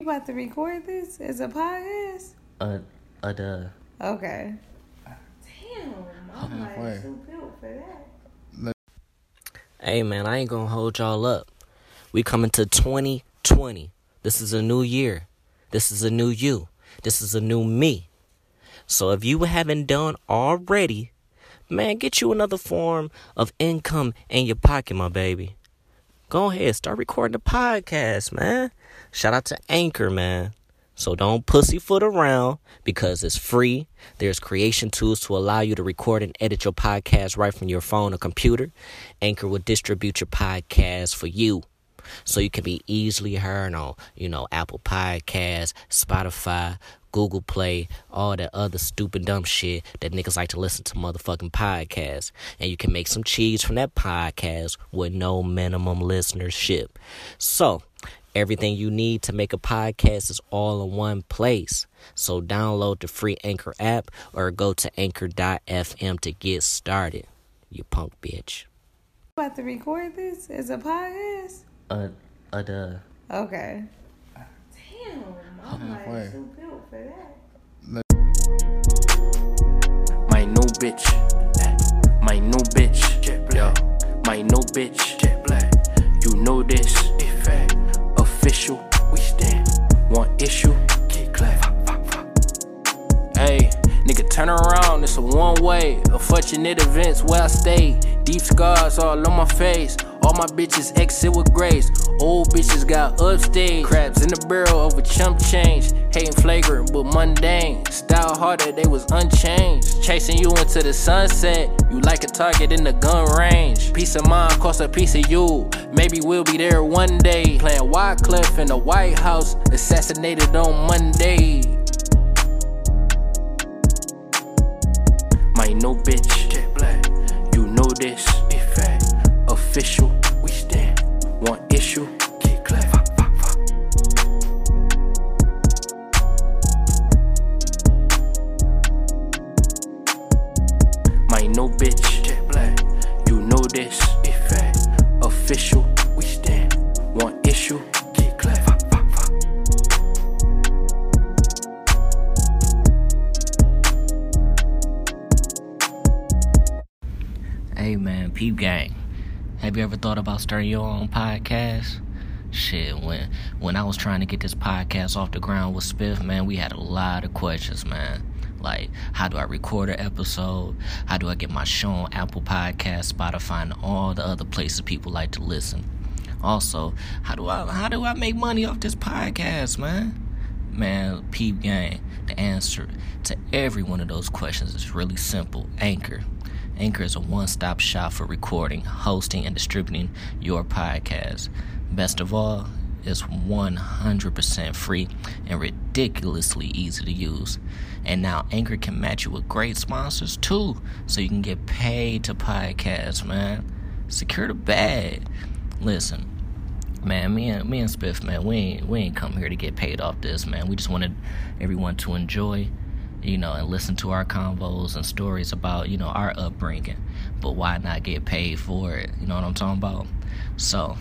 You about to record this as a podcast? Uh, uh, duh. Okay. Damn, I'm like way. too built for that. Hey, man, I ain't gonna hold y'all up. We coming to 2020. This is a new year. This is a new you. This is a new me. So if you haven't done already, man, get you another form of income in your pocket, my baby. Go ahead, start recording the podcast, man. Shout out to Anchor, man. So don't pussyfoot around because it's free. There's creation tools to allow you to record and edit your podcast right from your phone or computer. Anchor will distribute your podcast for you so you can be easily heard on, you know, Apple Podcasts, Spotify, Google Play, all that other stupid dumb shit that niggas like to listen to motherfucking podcasts. And you can make some cheese from that podcast with no minimum listenership. So, everything you need to make a podcast is all in one place. So, download the free Anchor app or go to anchor.fm to get started. You punk bitch. You about to record this as a podcast? Uh, uh, duh. Okay. Damn, I'm like way. too built for that. My new bitch. My new bitch. Yo, my new bitch. You know this. Official. We stand. One issue. Get Hey, nigga, turn around. It's a one way. Unfortunate events where I stayed. Deep scars all on my face. All my bitches exit with grace. Old bitches got upstage. Crabs in the barrel over chump change. Hating flagrant but mundane. Style harder, they was unchanged. Chasing you into the sunset. You like a target in the gun range. Peace of mind cost a piece of you. Maybe we'll be there one day. Playing Wycliffe in the White House. Assassinated on Monday. my new bitch. You know this. Official. We stand. One issue. Get My new bitch. You know this. Official. We stand. One issue. Get Hey man, peep gang. Have you ever thought about starting your own podcast? Shit, when when I was trying to get this podcast off the ground with Spiff, man, we had a lot of questions, man. Like, how do I record an episode? How do I get my show on Apple Podcasts, Spotify, and all the other places people like to listen? Also, how do I how do I make money off this podcast, man? Man, Peep Gang, the answer to every one of those questions is really simple Anchor. Anchor is a one stop shop for recording, hosting, and distributing your podcast. Best of all, it's 100% free and ridiculously easy to use. And now Anchor can match you with great sponsors too, so you can get paid to podcast, man. Secure the bag. Listen. Man, me and me and Spiff, man, we ain't we ain't come here to get paid off this, man. We just wanted everyone to enjoy, you know, and listen to our convos and stories about you know our upbringing. But why not get paid for it? You know what I'm talking about? So,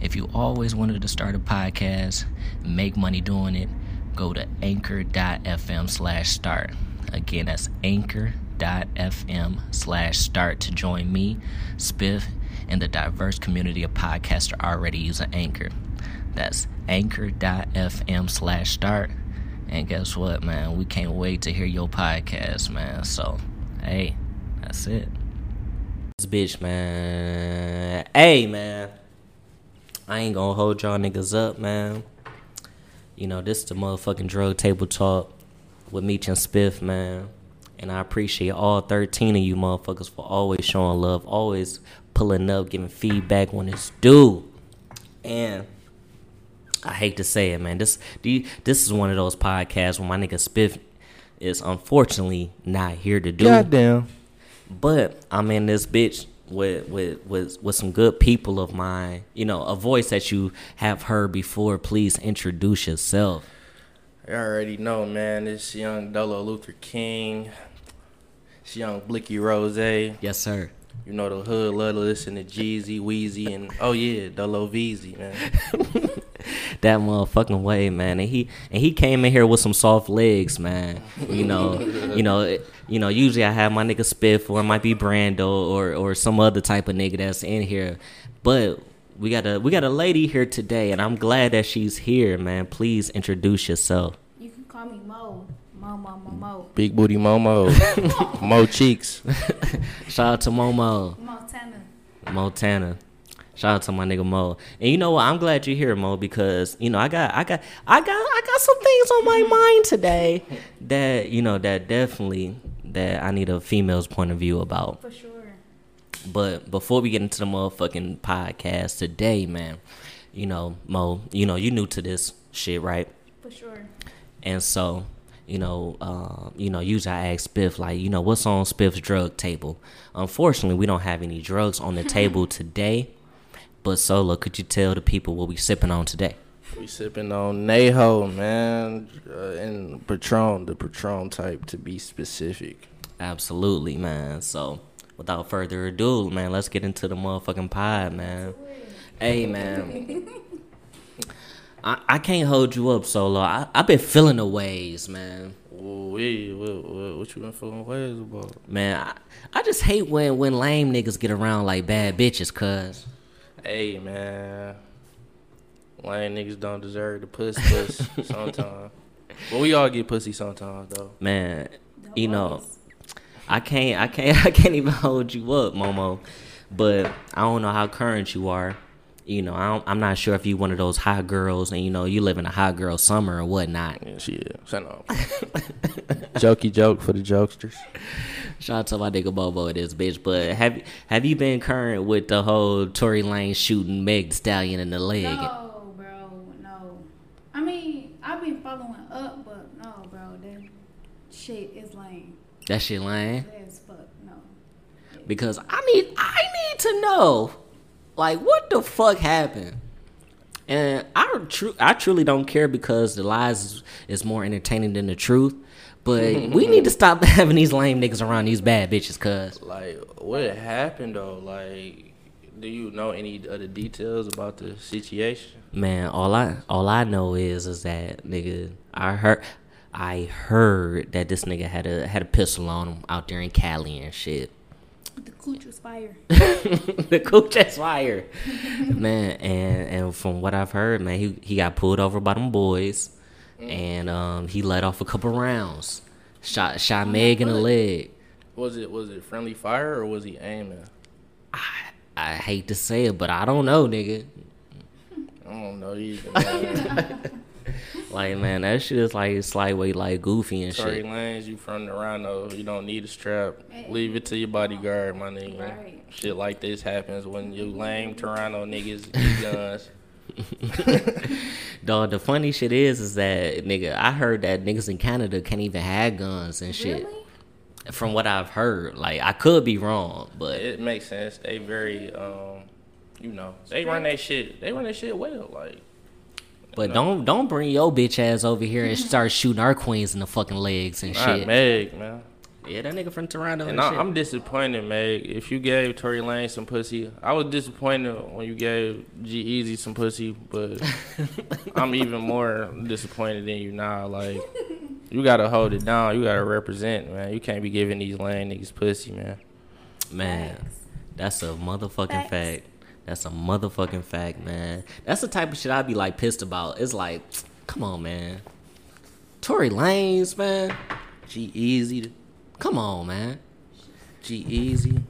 if you always wanted to start a podcast, and make money doing it, go to anchor.fm slash start. Again, that's anchor.fm slash start to join me, Spiff, and the diverse community of podcasters already using Anchor. That's anchor.fm slash start. And guess what, man? We can't wait to hear your podcast, man. So, hey, that's it. This bitch, man. Hey, man. I ain't gonna hold y'all niggas up, man. You know, this is the motherfucking drug table talk with Meech and Spiff, man. And I appreciate all 13 of you motherfuckers for always showing love, always pulling up, giving feedback when it's due. And I hate to say it, man. This the- this is one of those podcasts where my nigga Spiff is unfortunately not here to do. Goddamn. But I'm in this bitch with with with with some good people of mine. You know, a voice that you have heard before. Please introduce yourself. You already know, man. This young Dolo Luther King. This young Blicky Rose. You Yes, sir. know the hood love to listen to Jeezy, Wheezy, and oh yeah, Dolo Veezy, man. that motherfucking way, man. And he and he came in here with some soft legs, man. You know, you know, it, you know. Usually I have my nigga Spiff or it might be Brando or or some other type of nigga that's in here, but we got a we got a lady here today, and I'm glad that she's here, man. Please introduce yourself. You can call me Mo. Mo, Mo, Mo, Mo. Big booty Momo, Mo cheeks. Shout out to Momo Montana. Montana. Shout out to my nigga Mo. And you know what? I'm glad you're here, Mo, because you know I got I got I got I got some things on my mind today that you know that definitely that I need a female's point of view about. For sure. But before we get into the motherfucking podcast today, man, you know, Mo, you know, you new to this shit, right? For sure. And so, you know, uh, you know, usually I ask Spiff, like, you know, what's on Spiff's drug table? Unfortunately, we don't have any drugs on the table today. But Solo, could you tell the people what we sipping on today? We sipping on Neho, man, uh, and Patron, the Patron type to be specific. Absolutely, man. So, without further ado, man, let's get into the motherfucking pod, man. Hey, man. I, I can't hold you up, Solo. I, I've been feeling the ways, man. Ooh, wee, what, what, what you been feeling ways about? Man, I, I just hate when, when lame niggas get around like bad bitches, cuz. Hey, man, lame niggas don't deserve the pussy puss sometimes. But we all get pussy sometimes though. Man, Don't you know, worry. I can't, I can't, I can't even hold you up, Momo. But I don't know how current you are. You know, I don't, I'm not sure if you one of those hot girls, and you know, you live in a hot girl summer or whatnot. Yeah, she yeah. Shut up. Jokey joke for the jokesters. Shout out to my nigga Bobo, this bitch. But have have you been current with the whole Tory Lane shooting Meg the Stallion in the leg? No, bro. No. I mean, I've been following up, but no, bro. That shit is lame. That shit lame. As fuck. No. Because I need I need to know, like what the fuck happened. And I tru- I truly don't care because the lies is, is more entertaining than the truth. But we need to stop having these lame niggas around these bad bitches, cause Like, what happened though? Like, do you know any other details about the situation? Man, all I all I know is is that nigga. I heard I heard that this nigga had a had a pistol on him out there in Cali and shit. The cooch was fire. the coach is fire, man. And and from what I've heard, man, he he got pulled over by them boys, and um he let off a couple rounds. Shot shot Meg in the leg. Was it was it friendly fire or was he aiming? I hate to say it, but I don't know, nigga. I don't know either. man. Like man, that shit is like slightweight, like goofy and Tory shit. Lanez, you from the Rhino? You don't need a strap. Leave it to your bodyguard, my nigga. Right. Shit like this happens when you lame Toronto niggas get guns. Dog, the funny shit is, is that nigga, I heard that niggas in Canada can't even have guns and shit. Really? From what I've heard, like I could be wrong, but It makes sense. They very, um, you know, they run that shit. They run that shit well. Like, but don't don't bring your bitch ass over here and start shooting our queens in the fucking legs and not shit. Meg, man. Yeah, Oh, that nigga from Toronto and, And I, shit. I'm disappointed, Meg. If you gave Tory Lane some pussy, I was disappointed when you gave G Easy some pussy, but I'm even more disappointed in you now. Like, you gotta hold it down. You gotta represent, man. You can't be giving these lame niggas pussy, man. man, that's a motherfucking Facts. fact. That's a motherfucking fact, man. That's the type of shit I'd be like pissed about. It's like, come on, man. Tory Lanez, man. G Easy, Come on, man. G Easy.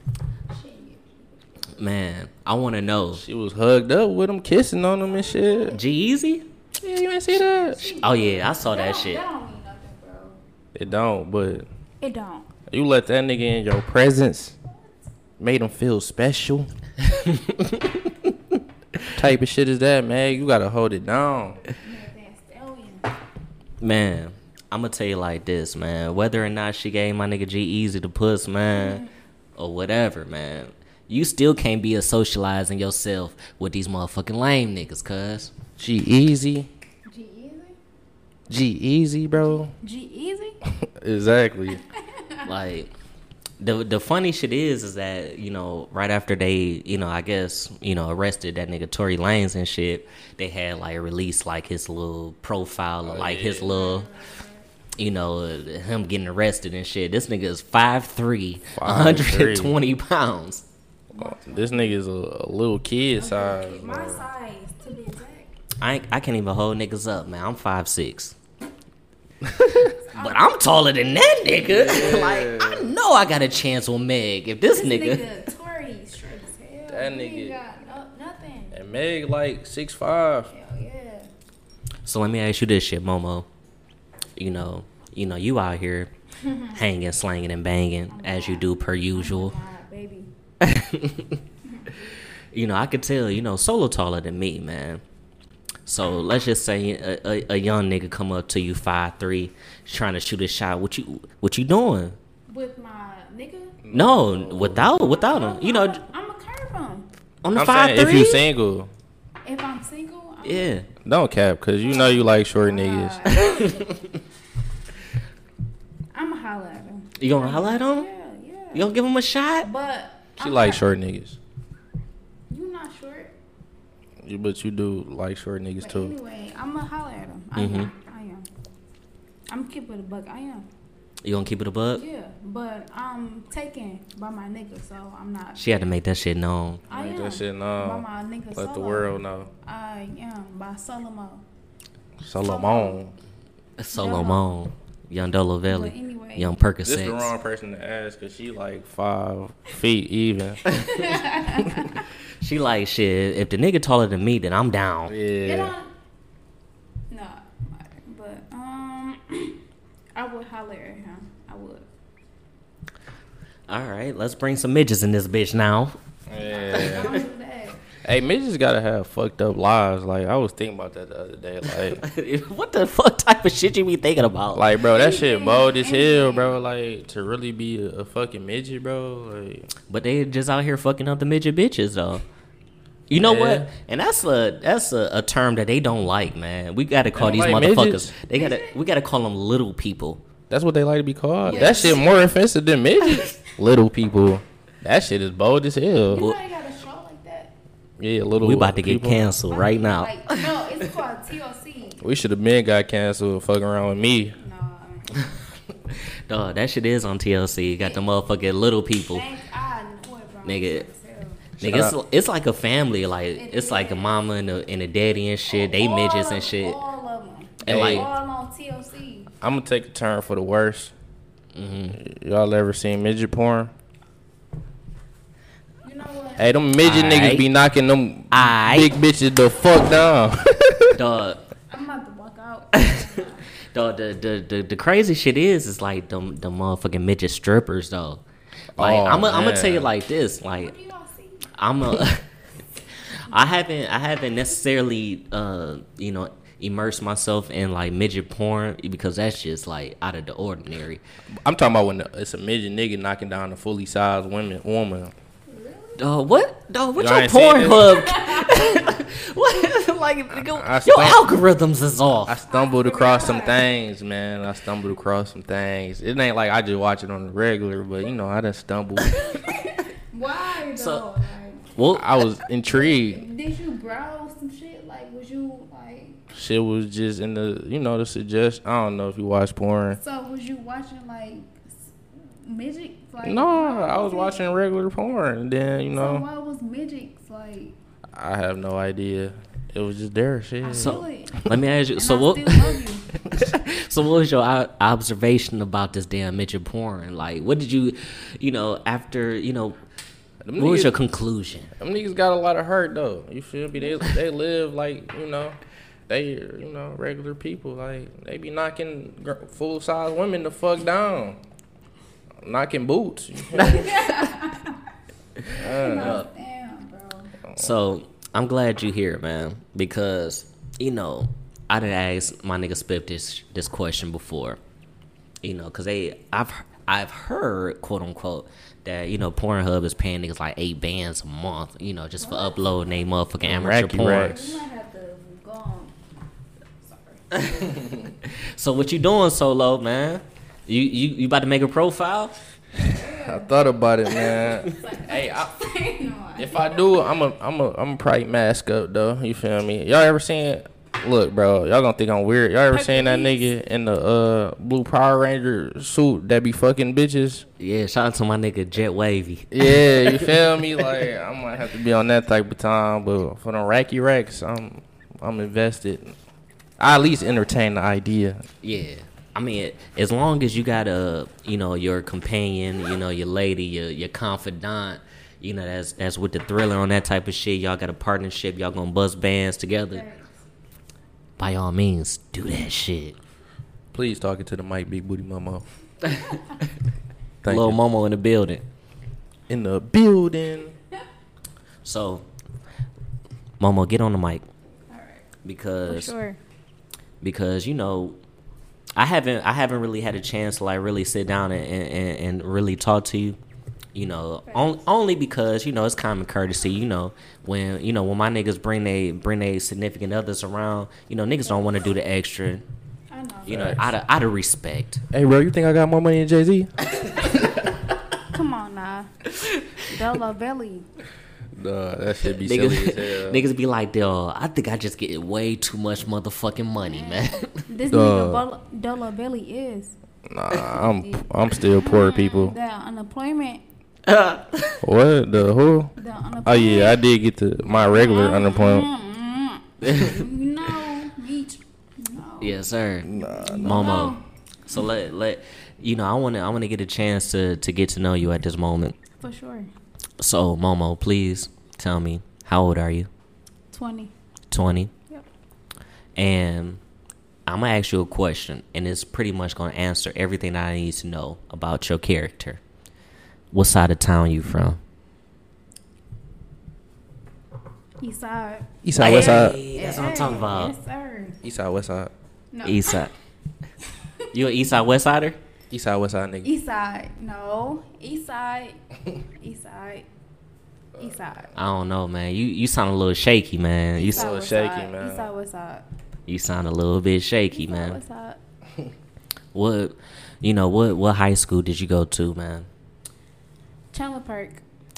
Man, I want to know. She was hugged up with him, kissing on him and shit. G-Eazy? Yeah, you ain't see that? Oh yeah, I saw that don't- shit. That don't mean nothing, bro. It don't, but It don't. you let that nigga in your presence, made him feel special. type of shit is that, man? You gotta hold it down. That stallion. Man, I'm gonna tell you like this, man. Whether or not she gave my nigga G-Eazy the puss, man, or whatever, man, you still can't be a socializing yourself with these motherfucking lame niggas, cuz. G Easy, G Easy? G Easy, bro. G Easy? Exactly. Like, the the funny shit is is that you know right after they you know I guess you know arrested that nigga Tory Lanez and shit they had like released like his little profile or, Oh, like his yeah. little you know him getting arrested and shit this nigga is 5'3", 5'3". 120 pounds This nigga's a, a little kid size. My size, to be exact. I ain't- I can't even hold niggas up man I'm five six but I'm taller than that nigga like I know I got a chance with Meg if this, This nigga, nigga, Tori, straight as hell. That He ain't nigga- got no, nothing. And Meg like six five. Hell yeah. So let me ask you this shit, Momo. You know, you know, you out here hanging, slanging, and banging as you do per usual. God, baby. You know, I could tell. You know, solo taller than me, man. So let's just say a, a, a young nigga come up to you five three, trying to shoot a shot. What you what you doing? With my nigga. No, without without him. You know, I'm going to curb him. on the I'm five saying if three. you single, If I'm single, I'm yeah. don't cap, cause you know you like short niggas. I'm going to holler at him. You gonna holler at him? Yeah, yeah. You gonna give him a shot? But She I'm like not- short niggas. You not short. You- But you do like short niggas But too. Mm-hmm. anyway, I'm gonna holler at him. I am. I am. I'm keeping the buck. I am. You gonna keep it a buck? Yeah, but I'm taken by my nigga, so I'm not. She had to make that shit known. I Make am that shit by known. my nigga. Let the Solo. world know. I am by Solomo. Solomon. Solomon, Young Dolo Valley, But anyway. Young This the Percocets. wrong person to ask, cause she like five feet even. She like shit. If the nigga taller than me, then I'm down. It Yeah. don't. No, but um, I would holler at him. I would. All right, let's bring some midgets in this bitch now. Yeah. I don't do that. Hey, midgets gotta have fucked up lives. Like I was thinking about that the other day. Like, what the fuck type of shit you be thinking about? like, bro, that shit bold as hell, bro. Like to really be a, a fucking midget, bro. Like, but they just out here fucking up the midget bitches though. You know Yeah. what? And that's a that's a, a term that they don't like, man. We gotta call They these don't like motherfuckers. midgets? They gotta we gotta call them little people. that's what they like to be called. That shit more offensive than midgets. little people. That shit is bold as hell. You ain't got a show like that. Yeah, little. We about to get people. canceled right now. Like no, it's called TLC. We should have been got canceled. Fucking around with me. No, Dog, that shit is on TLC. Got the motherfucking little people. thank I know it, bro. Nigga. Shut Nigga, it's, up. it's like a family. Like it's like a mama and a, and a daddy and shit. They All midgets and of- shit. All of them. And Hey. All like, on TLC. I'm gonna take a turn for the worst. Mm-hmm. Y'all ever seen midget porn? You know what? Hey, them midget Aight. niggas be knocking them Aight. big bitches the fuck down. dog, I'm about to walk out. dog, the, the the the crazy shit is is like them the motherfucking midget strippers though. Like Oh, I'm i I'm gonna tell you man. like this. Like you all see? I'm a. I haven't I haven't necessarily uh you know immersed myself in like midget porn because that's just like out of the ordinary. I'm talking about when the, it's a midget nigga knocking down a fully sized woman. Woman, Dog, what dog? What Y'all your ain't seen porn this? hub? what like your I swear- algorithms is off. I stumbled across some things, man. I stumbled across some things. It ain't like I just watch it on the regular, but you know, I done stumbled. Why though? So- like, Well, I was intrigued. did you browse some shit? Like, was you like? Shit was just in the, you know, the suggest. I don't know if you watch porn. So was you watching like s- midget? Like No, why I was it- watching regular porn. And then you So know, why was midgets like? I have no idea. It was just there, shit. So- do it, let me ask you. and So I what? Still love you. So what was your o- observation about this damn midget porn? Like, what did you, you know, after you know, Them what was niggas- your conclusion? Them niggas got a lot of hurt though. You feel me? They they live like you know, they you know regular people. Like they be knocking full size women the fuck down, knocking boots. you feel me? Damn, bro. So I'm glad you here, man, because you know I didn't ask my nigga Spiff this this question before, you know, because they I've I've heard quote unquote that you know Pornhub is paying niggas like eight bands a month, you know, just for uploading they motherfucking amateur Racky porn. racks. You might have to go on. Sorry. So what you doing, Solo man? You you you about to make a profile? I Yeah. thought about it, man. It's like, hey, I, no, I- if I do, I'm a, I'm a, I'm probably mask up though. You feel me? Y'all ever seen? Look, bro, y'all gonna think I'm weird. Y'all ever seen that nigga in the uh blue Power Ranger suit that be fucking bitches? Yeah, shout out to my nigga Jet Wavy. Yeah, you feel me? Like I might have to be on that type of time, but for the Racky Racks, I'm, I'm invested. I at least entertain the idea. Yeah. I mean, as long as you got a, you know, your companion, you know, your lady, your your confidant, you know, that's that's with the thriller on that type of shit. Y'all got a partnership. Y'all gonna bust bands together. By all means, do that shit. Please talk it to the mic, Big Booty Momo. Thank Little you. Momo in the building. in the building. So, Momo, get on the mic All right. For because sure. because you know i haven't i haven't really had a chance to like really sit down and and, and really talk to you you know on, only because you know it's common courtesy you know when you know when my niggas bring they bring they significant others around you know niggas don't want to do the extra I know. you know out of out of respect Hey, bro, you think I got more money than Jay Z? Come on now. Bella Belly. Nah, that should be niggas, niggas be like yo i think i just get way too much motherfucking money man This Duh. nigga Bella, Della Belly is. Nah, I'm I'm still poor people. The unemployment. What the who? The unemployment. Oh yeah, I did get the my regular unemployment. Mm, mm. no, beach. No. yes sir momo No. so let let you know i want to i want to get a chance to to get to know you at this moment For sure. So, Momo, please tell me how old are you? 20. Twenty. Yep. And I'm gonna ask you a question, and it's pretty much gonna answer everything that I need to know about your character. What side of town you from? East side. East side, west side. Hey, that's what I'm talking Hey, about. Yes, sir. East side, west side. No. East side. You an east side, west sider? East side, west side, nigga. East side. No. East side. East side. East side. I don't know, man. You you sound a little shaky, man. You East side, s- so west shaky, side. man. East side, west side. you sound a little bit shaky, man. West side. What, you know, what what high school did you go to, man? Chandler Park.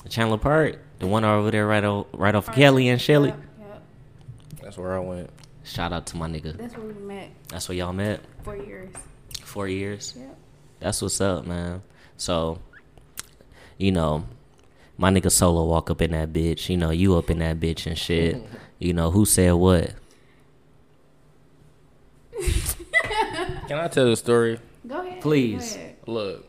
Chandler Park, the one over there right o- right off Kelly and Shelly. Yep, yep. That's where I went. Shout out to my nigga. That's where we met That's where y'all met. for years. Four years. Yep. That's what's up, man. So, you know, my nigga Solo walk up in that bitch. You know, you up in that bitch and shit. You know, who said what? Can I tell the story? Go ahead. Please. Go ahead. Look,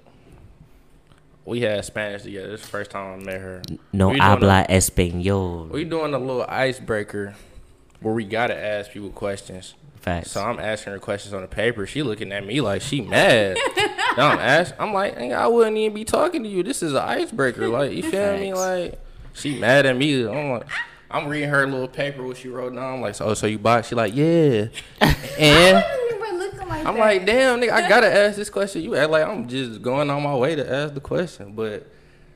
we had Spanish together. This is the first time I met her. No We don't habla español. We doing a little icebreaker where we gotta ask people questions. Facts. So I'm asking her questions on the paper. She looking at me like she mad. now I'm ask, I'm like, "Nigga, I wouldn't even be talking to you. This is an icebreaker. Like, you feel me? Facts. Like, she mad at me. I'm like, I'm reading her little paper what she wrote down. I'm like, oh, so you box? She like, yeah. And Everybody looking like I'm that. like, damn, nigga, I gotta ask this question. You act like I'm just going on my way to ask the question, but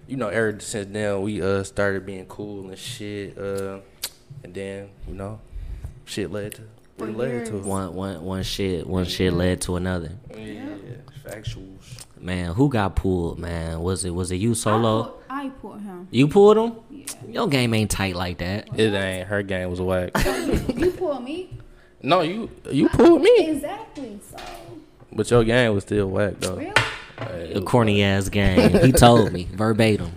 you know, ever since then we uh started being cool and shit, uh, and then you know, shit led to For what it led to. years. one one one shit one Mm-hmm. shit led to another. Yeah, factuals. Man, who got pulled? Man, was it was it you I Solo? put- I put him. You pulled him? Yeah. Your game ain't tight like that. It ain't her game was whack. You pulled me. no, you you pulled me, Exactly. So but your game was still whack though. really, A corny ass game. He told me verbatim.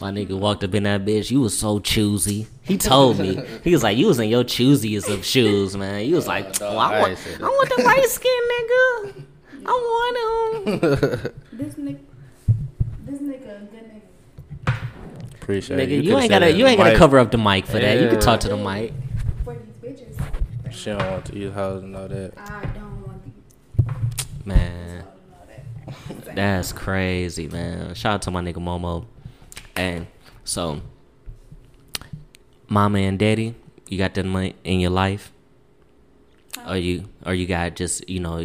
My nigga walked up in that bitch. You was so choosy. He told me. He was like, you was in your choosiest of shoes, man. You was like, no, "Oh, I I, ain't want, say I want the light skin nigga. I want him. this nigga, this nigga, a good nigga. Appreciate it. nigga, you, could've ain't said gotta, that you in ain't the gotta mic. cover up the mic for that. You Yeah. can talk to the mic. For these bitches, She don't want to eat house and all that. I don't want these. Man, I don't know that. that's crazy, man. Shout out to my nigga Momo. And so, mama and daddy, you got that money in your life? Or you, or you got just you know,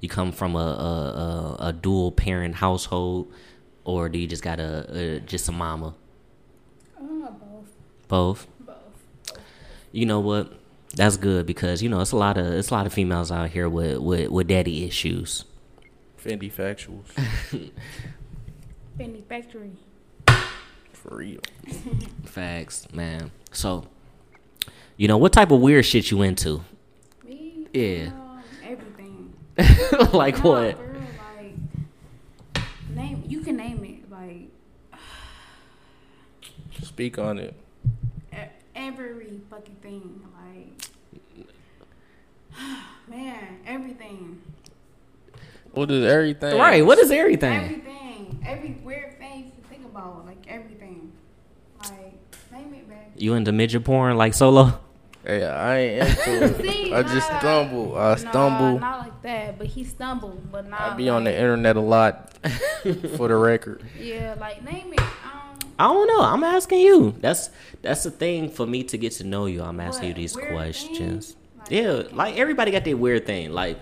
you come from a a, a, a dual parent household, or do you just got a, a just a mama? Oh, both, Both. both. You know what? That's good because you know it's a lot of it's a lot of females out here with with, with daddy issues. Fendi factuals. Fendi Factory. For real. Facts, man. So, you know, what type of weird shit you into? Me? Yeah. Um, everything. like No, what? for real, like, name you can name it like Speak on it. e- every fucking thing like man everything What is everything? Right. What is everything? everything every weird thing you can think about like everything like name it man You into midget porn like solo? Hey, I ain't into it. See, I just nah. stumble. I stumble. Nah, not like that but he stumbled but not I be on the internet a lot. for the record. yeah like name it um I don't know. I'm asking you. That's that's the thing for me to get to know you. I'm asking you What, these weird questions. things? Like, yeah, like everybody got their weird thing. Like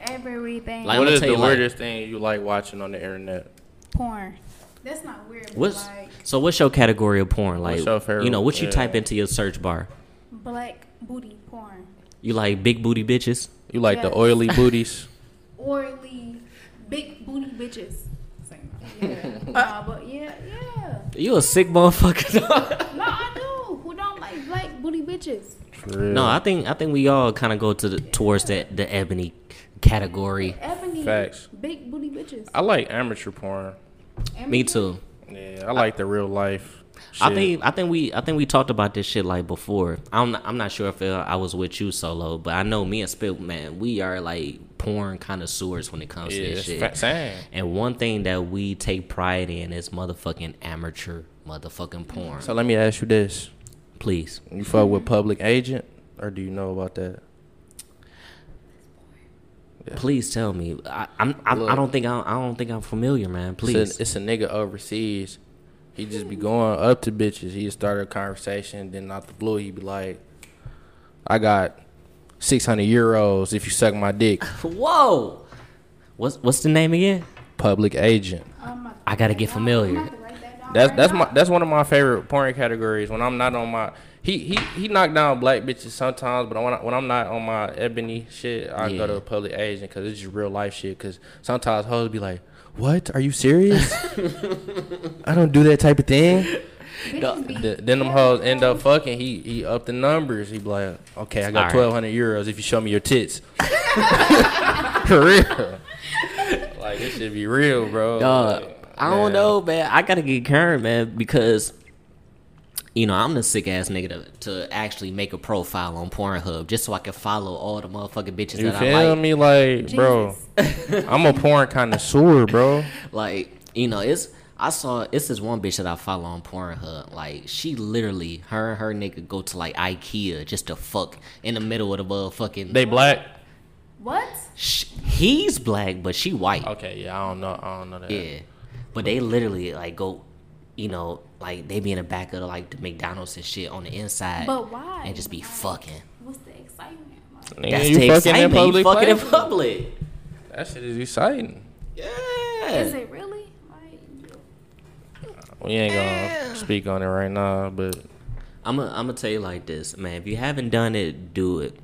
everything Like, what I'ma is tell the you, like- weirdest thing you like watching on the internet? porn that's not weird but what's like so what's your category of porn? Like What's your favorite- you know what you yeah. type into your search bar? black booty porn You like big booty bitches? You like the Yes. oily booties? orally big booty bitches. Same. Yeah. Nah, but yeah, yeah. You a sick motherfucker. No, I do. Who don't like black booty bitches? For real. no, I think I think we all kind of go to the towards that the ebony category. Ebony. Facts. Big booty bitches. I like amateur porn. Me too. Yeah, I like the real life. I shit. think I think we I think we talked about this shit like before. I'm not, I'm not sure if uh, I was with you solo, but I know me and Spilt man, we are like porn connoisseurs when it comes yeah, to this it's shit. fa- same. and one thing that we take pride in is motherfucking amateur motherfucking porn. So let me ask you this: Please, You fuck with Public Agent, or do you know about that? please tell me. I I'm, I, I Look. don't think I, I don't think I'm familiar, man. Please. It's a, it's a nigga overseas. He just be going up to bitches. He start a conversation, then out the blue, he be like, "I got six hundred euros if you suck my dick." Whoa. What's what's the name again? Public Agent. I'm I gotta get familiar. Oh That's that's my that's one of my favorite porn categories. When I'm not on my he he he knocked down black bitches sometimes, but when I, when I'm not on my ebony shit, I Yeah. go to a public agent because it's just real life shit. Because sometimes hoes be like, "What? Are you serious? I don't do that type of thing." Th- then them hoes end up fucking. He he up the numbers. He be like, "Okay, I got Alright. twelve hundred euros if you show me your tits." For real. Like it should be real, bro. Dog, Like, I don't man. know, man. I gotta get current, man, because you know I'm the sick ass nigga to, to actually make a profile on Pornhub just so I can follow all the motherfucking bitches You that feel I like. me, like, bro? I'm a porn connoisseur, bro. Like, you know, it's I saw it's this one bitch that I follow on Pornhub. Like, she literally her and her nigga go to like IKEA just to fuck in the middle of the motherfucking. They black? What? Sh- he's black, but she white. Okay, yeah, I don't know, I don't know that. Yeah, but they literally like go, you know, like they be in the back of like the McDonald's and shit on the inside. But why? And just be fucking. What's the excitement? Like, Nigga, That's you the fucking in excitement. public you fucking in places? public. That shit is exciting. is Yeah. it really? Like, We ain't gonna speak on it right now, but I'm gonna I'm tell you like this, man. If you haven't done it, do it.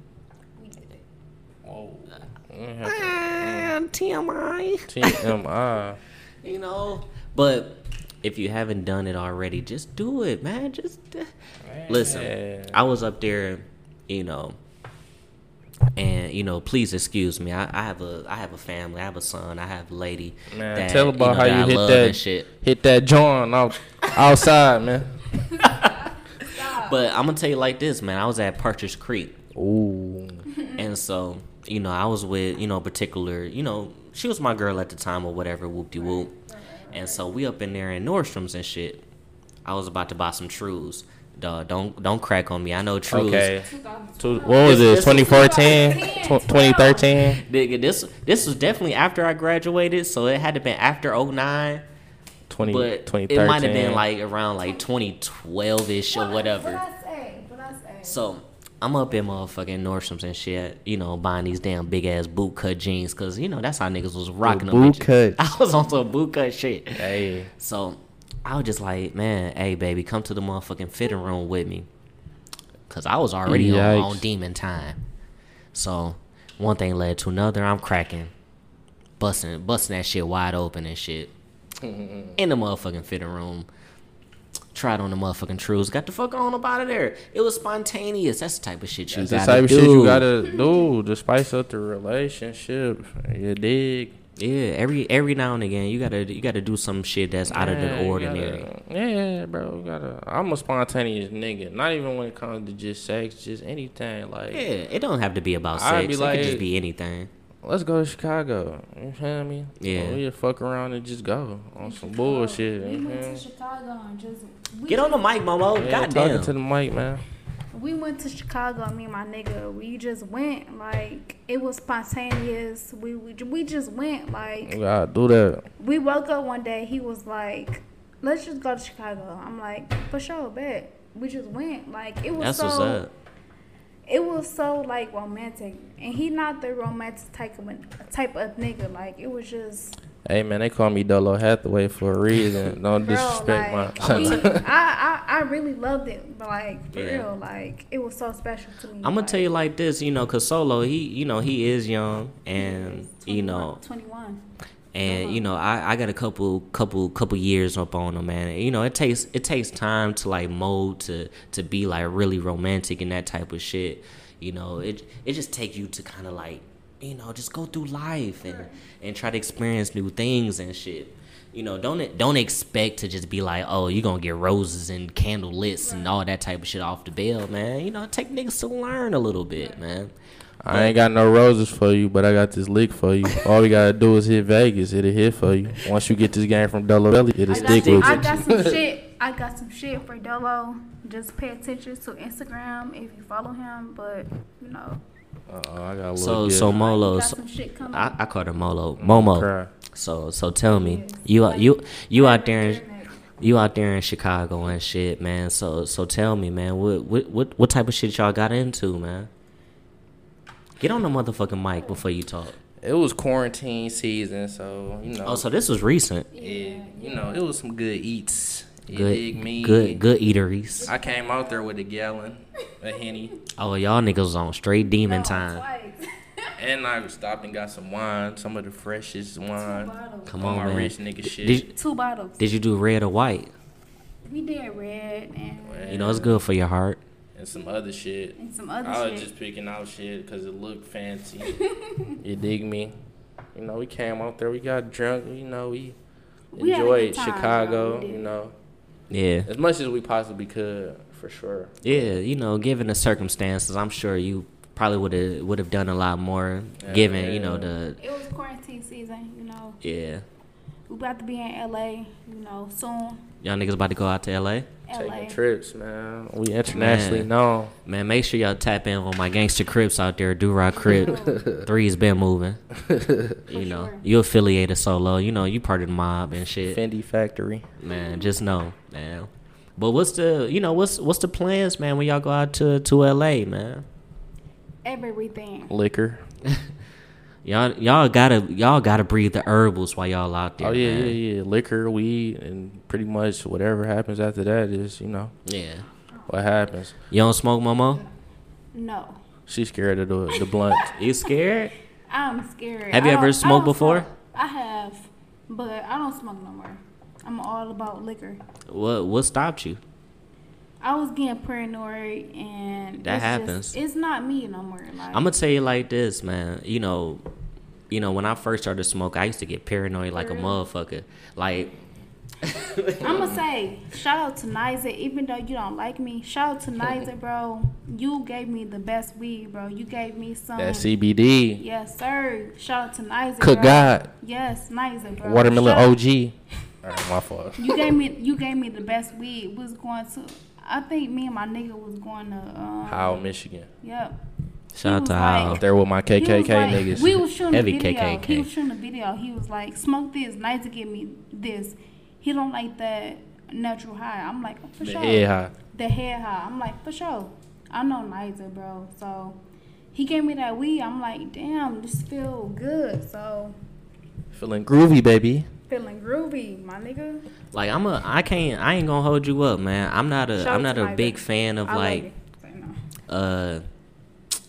we ain't have And TMI. to TMI. You know, but if you haven't done it already, just do it, man. Just uh, listen. I was up there, you know, and you know, please excuse me. I, I have a I have a family. I have a son. I have a lady. Man, tell about how you I hit love that- and shit. Hit that joint out, outside, man. But I'm gonna tell you like this, man. I was at Partridge Creek, Ooh, and so you know, I was with you know, a particular, you know, she was my girl at the time or whatever. Whoop de whoop. And so we up in there in Nordstrom's and shit. I was about to buy some trues. Duh, don't don't crack on me. I know trues. okay. Two, what was this? 2014, Tw- 2013. Nigga, this this was definitely after I graduated, so it had to been after 09, 20, but 2013. it might have been like around like 2012 ish or whatever. What I say? What I say? So I'm up in motherfucking Nordstrom's and shit, you know, buying these damn big ass boot cut jeans, cause you know that's how niggas was rocking them. boot bitches. cuts. I was on some boot cut shit. Hey, So I was just like, man, hey baby, come to the motherfucking fitting room with me. Cause I was already on, Yikes. on demon time. So one thing led to another, I'm cracking. busting busting that shit wide open and shit in the motherfucking fitting room. Tried on the motherfucking trues, got the fuck on up out of there. It was spontaneous. That's the type of shit you That's the gotta type of do. shit you gotta do to spice up the relationship. You dig? Yeah, every every now and again, you gotta you gotta do some shit that's out of Yeah, the you ordinary. gotta- yeah, bro. You gotta. I'm a spontaneous nigga. Not even when it comes to just sex, just anything. Like, Yeah, it don't have to be about I'd sex. be it like- could just be anything. let's go to Chicago. You feel me? Yeah. oh, We just fuck around and just go on some bullshit. We You went feel to me? Chicago Oh, and just. We Get on the mic, Momo. Yeah, God talking Goddamn. to the mic, man. We went to Chicago, me and my nigga. We just went like it was spontaneous. We we, we just went You like gotta do that. we woke up one day. He was like, "Let's just go to Chicago." I'm like, "For sure, bet." We just went like it was that's so. what's up. It was so like romantic, and he not the romantic type of type of nigga. Like it was just, Hey man, they call me Dolo Hathaway for a reason. Don't bro. disrespect Like my. we- I, I I really loved it, but like for Yeah. real, like it was so special to me. I'm gonna like, tell you like this, you know, cause Solo, he, you know, he is young, and you 21 know, 21. Uh-huh. and you know, I, I got a couple, couple, couple years up on him, man. And, you know, it takes, it takes time to like mold to, to be like really romantic and that type of shit. You know, it, it just take you to kind of like, you know, just go through life and, and try to experience new things and shit. You know, don't don't expect to just be like, oh, you gonna get roses and candle lits and all that type of shit off the bill, man. You know, it take niggas to learn a little bit, man. I ain't got no roses for you, but I got this lick for you. All we gotta do is hit Vegas. It'll hit for you. Once you get this game from Dolo Belly, it'll I stick got, with some, I you. got some shit. I got some shit for Dolo. Just pay attention to Instagram if you follow him. But you know, Uh-oh, Uh, I got a little So gift. so he Molo, got so, some shit coming. I, I called her Molo, Momo. Cry. So so tell me, you out you you out there in, you out there in Chicago and shit, man. So so tell me, man, what what what, what type of shit y'all got into, man? Get on the motherfucking mic before you talk. It was quarantine season, so you know. Oh, so this was recent. it, you know, it was some good eats. You dig me? Good, good, good eateries. I came out there with a gallon, a henny, Oh, y'all niggas was on straight demon time. Oh, Twice. and I stopped and got some wine, some of the freshest wine. Bottles. Come On on, my man. rich nigga shit. Did, Two bottles. did you do red or white? We did red and, You know it's good for your heart. and some other shit. and some I other was shit. just picking out shit because it looked fancy. you dig me? You know, we came out there, we got drunk. You know, we We had a good enjoyed time, y'all. Chicago. We did. You know, Yeah, as much as we possibly could, for sure. yeah. You know, given the circumstances, I'm sure you probably would have would have done a lot more. given you know yeah. the It was quarantine season. You know, yeah. we about to be in LA. You know, soon. Y'all niggas about to go out to LA? LA. Taking trips, man. We internationally Man. known. Man, make sure y'all tap in on my gangster Crips out there, Do Rock Crip. Three's been moving. you know, sure. you affiliated solo. You know, you part of the mob and shit. Fendi Factory. Man, just know, man. But what's the you know what's what's the plans, man? When y'all go out to to LA, man? Everything. Liquor. Y'all y'all gotta y'all gotta breathe the herbals while y'all out there. Oh yeah, yeah, man. yeah. Liquor, weed, and pretty much whatever happens after that is, you know, yeah. what happens. You don't smoke, Momo? No. She's scared of the the blunt. You scared? I'm scared. Have you I don't- ever I smoked don't before? smoke. I have, but I don't smoke no more. I'm all about liquor. what what stopped you? I was getting paranoid, and That it's just- happens. it's not me no more. Like I'm gonna tell you like this, man. You know, you know when I first started smoking, I used to get paranoid like a Mm-hmm. motherfucker. Like, I'm gonna say shout out to Niza, even though you don't like me. Shout out to Niza, bro. You gave me the best weed, bro. You gave me some. That CBD. Oh. Yes, sir. Shout out to Niza. Cook bro. God. Yes, Niza, bro. Watermelon Shout out- OG. All right, my fault. You gave me you gave me the best weed. We was going to I think me and my nigga was going to um Howell, Michigan. Yep. shout out was to like- Howell. Out there with my He was KKK like- niggas. We was shooting Heavy a video. KKK. He was shooting a video. He was like, "Smoke this, nice to give me this." He don't like that natural high. I'm like, for the sure. head high. The head high. I'm like, for sure. I know Niza, bro. So he gave me that weed. I'm like, damn, this feel good. So Feeling groovy, baby. feeling groovy, my nigga. Like I'm a, I can't, I ain't gonna hold you up, man. I'm not a, Shout I'm not out to a Niza. big fan of I like, love it. But no. uh,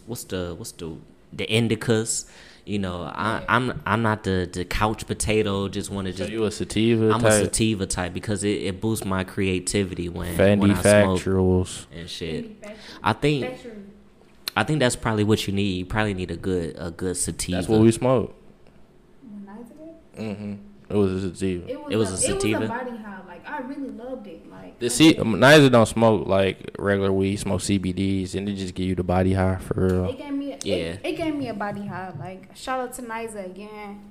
what's the, what's the, the indicas. You know, I, I'm I'm not the, the couch potato. Just want to So just you a sativa I'm a type? sativa type because it, it boosts my creativity when when Fendi I smoke factuals. and shit. Manufacturing. I think Manufacturing. I think that's probably what you need. You probably need a good a good sativa. That's what we smoked. When I did it, Mm-hmm. It was a sativa. It was, Mm. It was a a, It sativa. was a body high. Like I really loved it. Like The C- neither don't smoke like regular weed. Smoke CBDs, and it just give you the body high for real. It gave me, a, um, Yeah. it, it gave me a body high. Like shout out to Niza again.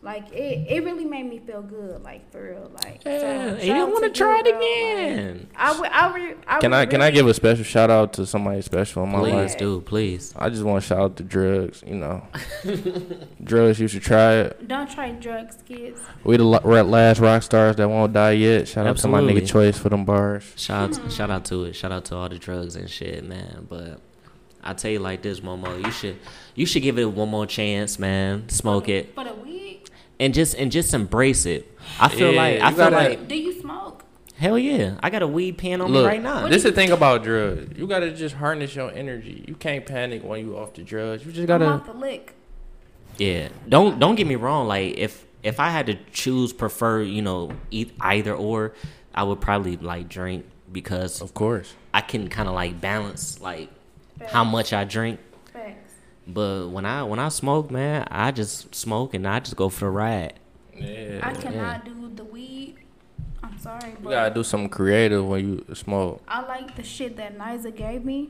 Like it, it really made me feel good. Like for real. Like so, Yeah, and shout you out want to you, try it girl. again. Like, I would, I would, I Can would I can I really- give a special shout out to somebody special in my Please life? do, please. I just want to shout out to drugs. You know, drugs. You should try it. Don't try drugs, kids. We the la- we're at last rock stars that won't die yet. Shout out to my Absolutely. nigga Choice for them bars. Shout out, shout out to it. Shout out to all the drugs and shit, man. But I tell you like this, Momo, you should you should give it one more chance, man. Smoke it For the weed, and just and just embrace it. I feel Yeah, like I you feel gotta- like do you smoke? hell yeah. I got a weed pen on me right now. This is the thing about drugs. You gotta just harness your energy. You can't panic when you off the drugs. You just I'm gotta. off the lick. Yeah. Don't don't get me wrong. Like if if I had to choose, prefer you know eat either or, I would probably like drink because Of course. I can kind of like balance like how much I drink. Facts. But when I when I smoke, man, I just smoke and I just go for the ride. I Yeah. cannot do the weed. I'm sorry, You but gotta do something creative when you smoke. I like the shit that Niza gave me.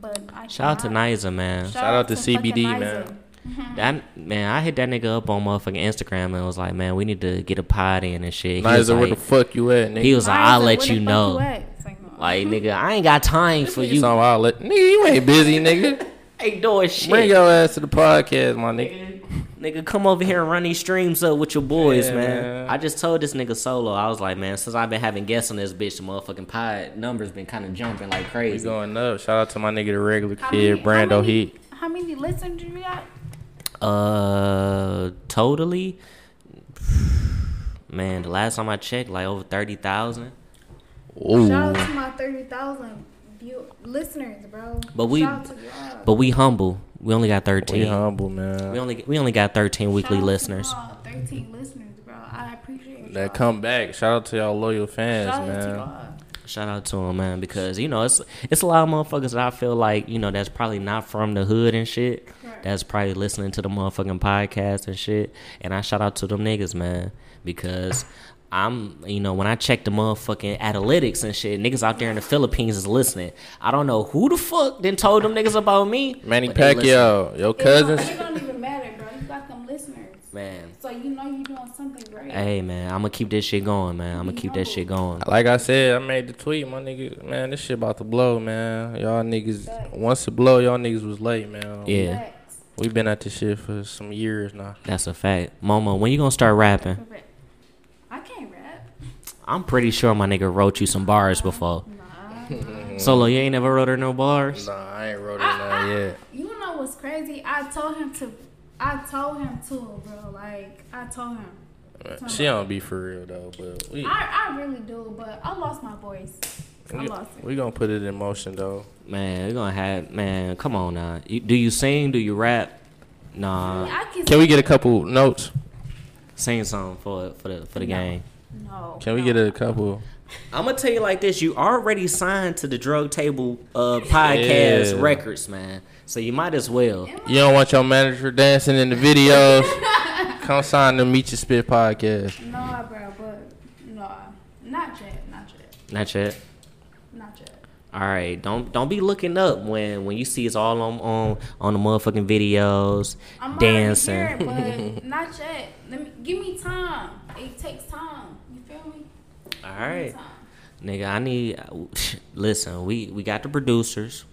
But I Shout out to cannot- Niza, man. Shout out to fucking CBD, Niza. man. That man, I hit that nigga up on motherfucking Instagram and was like, man, we need to get a pod in and shit. He was Niza, where the like, fuck you at, nigga? he was like, Niza, I'll where let the you fuck know. at? It's Like, no. Like nigga, I ain't got time for you. you. I'll let nigga. You ain't busy, nigga. Ain't doing shit. Bring your ass to the podcast, my nigga. Nigga, come over here and run these streams up with your boys, Yeah, man. man. I just told this nigga solo. I was like, man, since I've been having guests on this bitch, the motherfucking pod numbers been kind of jumping like We crazy. going up. Shout out to my nigga, the regular How kid, many- how Brando many- Heat. How many listeners you got? Uh, totally. Man, the last time I checked, like over thirty thousand. Ooh. Shout out to my thirty thousand view listeners, bro. But we- Shout out to y'all. But we humble. We only got We thirteen. humble, man. We only we only got thirteen Shout out weekly to listeners. y'all, Thirteen listeners, bro. I appreciate that y'all. come back. Shout out to y'all loyal fans, Shout out to man. y'all. Shout out to them, man, because you know it's it's a lot of motherfuckers that I feel like you know that's probably not from the hood and shit. Right. That's probably listening to the motherfucking podcast and shit. And I shout out to them niggas, man, because I'm you know when I check the motherfucking analytics and shit, niggas out there in the Philippines is listening. I don't know who the fuck then told them niggas about me. Manny but they listening. Pacquiao, your It don't- cousins. It don't even matter, bro. You got them listeners, man. so you know you're doing something great. Hey man, I'm gonna keep this shit going, man. I'm gonna keep that shit going. Like I said, I made the tweet, my nigga. Man, this shit about to blow, man. Y'all niggas, once it blow, y'all niggas was late, man. Yeah, Facts. we been at this shit for some years now. that's a fact. Momo, when you gonna start rapping? Correct. I can't rap. I'm pretty sure my nigga wrote you some bars before. Solo, you ain't never wrote her no bars. Nah, I ain't wrote it I- now I- yet. You know what's crazy? I told him to. I told him to, bro. Like I told him. Man, She don't be for real though, but we I, I really do, but I lost my voice. I we, lost it. we gonna put it in motion though. Man, we gonna have man. Come on now. You, do you sing? Do you rap? Nah, I can. Can we get a couple notes? sing something for for the for the game. No. Can we no. get a couple? I'm gonna tell you like this: you already signed to the Drug Table uh, podcast Yeah. records, man. So you might as well. You don't want your manager dancing in the videos. Come sign the Meet Your Spit podcast. No, bro, but no, not yet, not yet, Not yet. not yet. All right, don't don't be looking up when when you see it's all on on on the motherfucking videos I'm already dancing. Here, but not yet. Let me give me time. It takes time. You feel me? All Give me right. time. Nigga, I need. Listen, we we got the producers.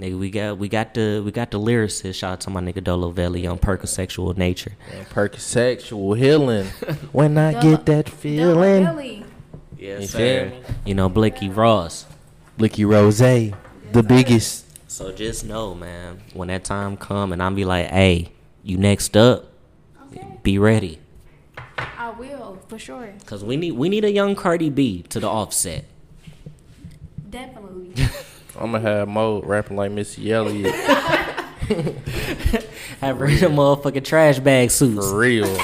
Nigga, we got we got the we got the lyricist. Shout out to my nigga Dolo Valley on Percosexual Nature. And perk sexual healing. When I get that Dylan feeling. Bailey. Yes, You feel me? You know, Blicky Ross. Blicky Rose, the biggest. So just know, man, when that time come and I'm be like, hey, you next up, Okay, be ready, I will for sure. cause we need we need a young Cardi B to the offset. Definitely. I'm gonna have Mo rapping like Missy Elliott. Have her in a motherfucking trash bag suits. For real.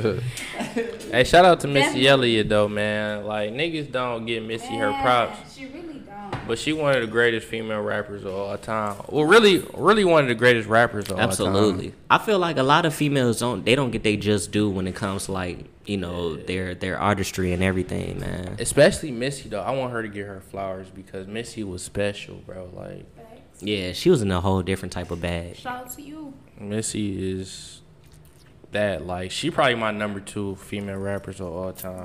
hey, shout out to Missy Definitely. Elliott though, man. Like niggas don't get Missy her props. She really don't. But she one of the greatest female rappers of all time. Well, really, really one of the greatest rappers of all Absolutely. time. I feel like a lot of females don't they don't get they just due when it comes to like, you know, their their artistry and everything, man. Especially Missy though. I want her to get her flowers because Missy was special, bro. Like Yeah, she was in a whole different type of bag. Shout out to you. Missy is that like she probably my number two female rappers of all time.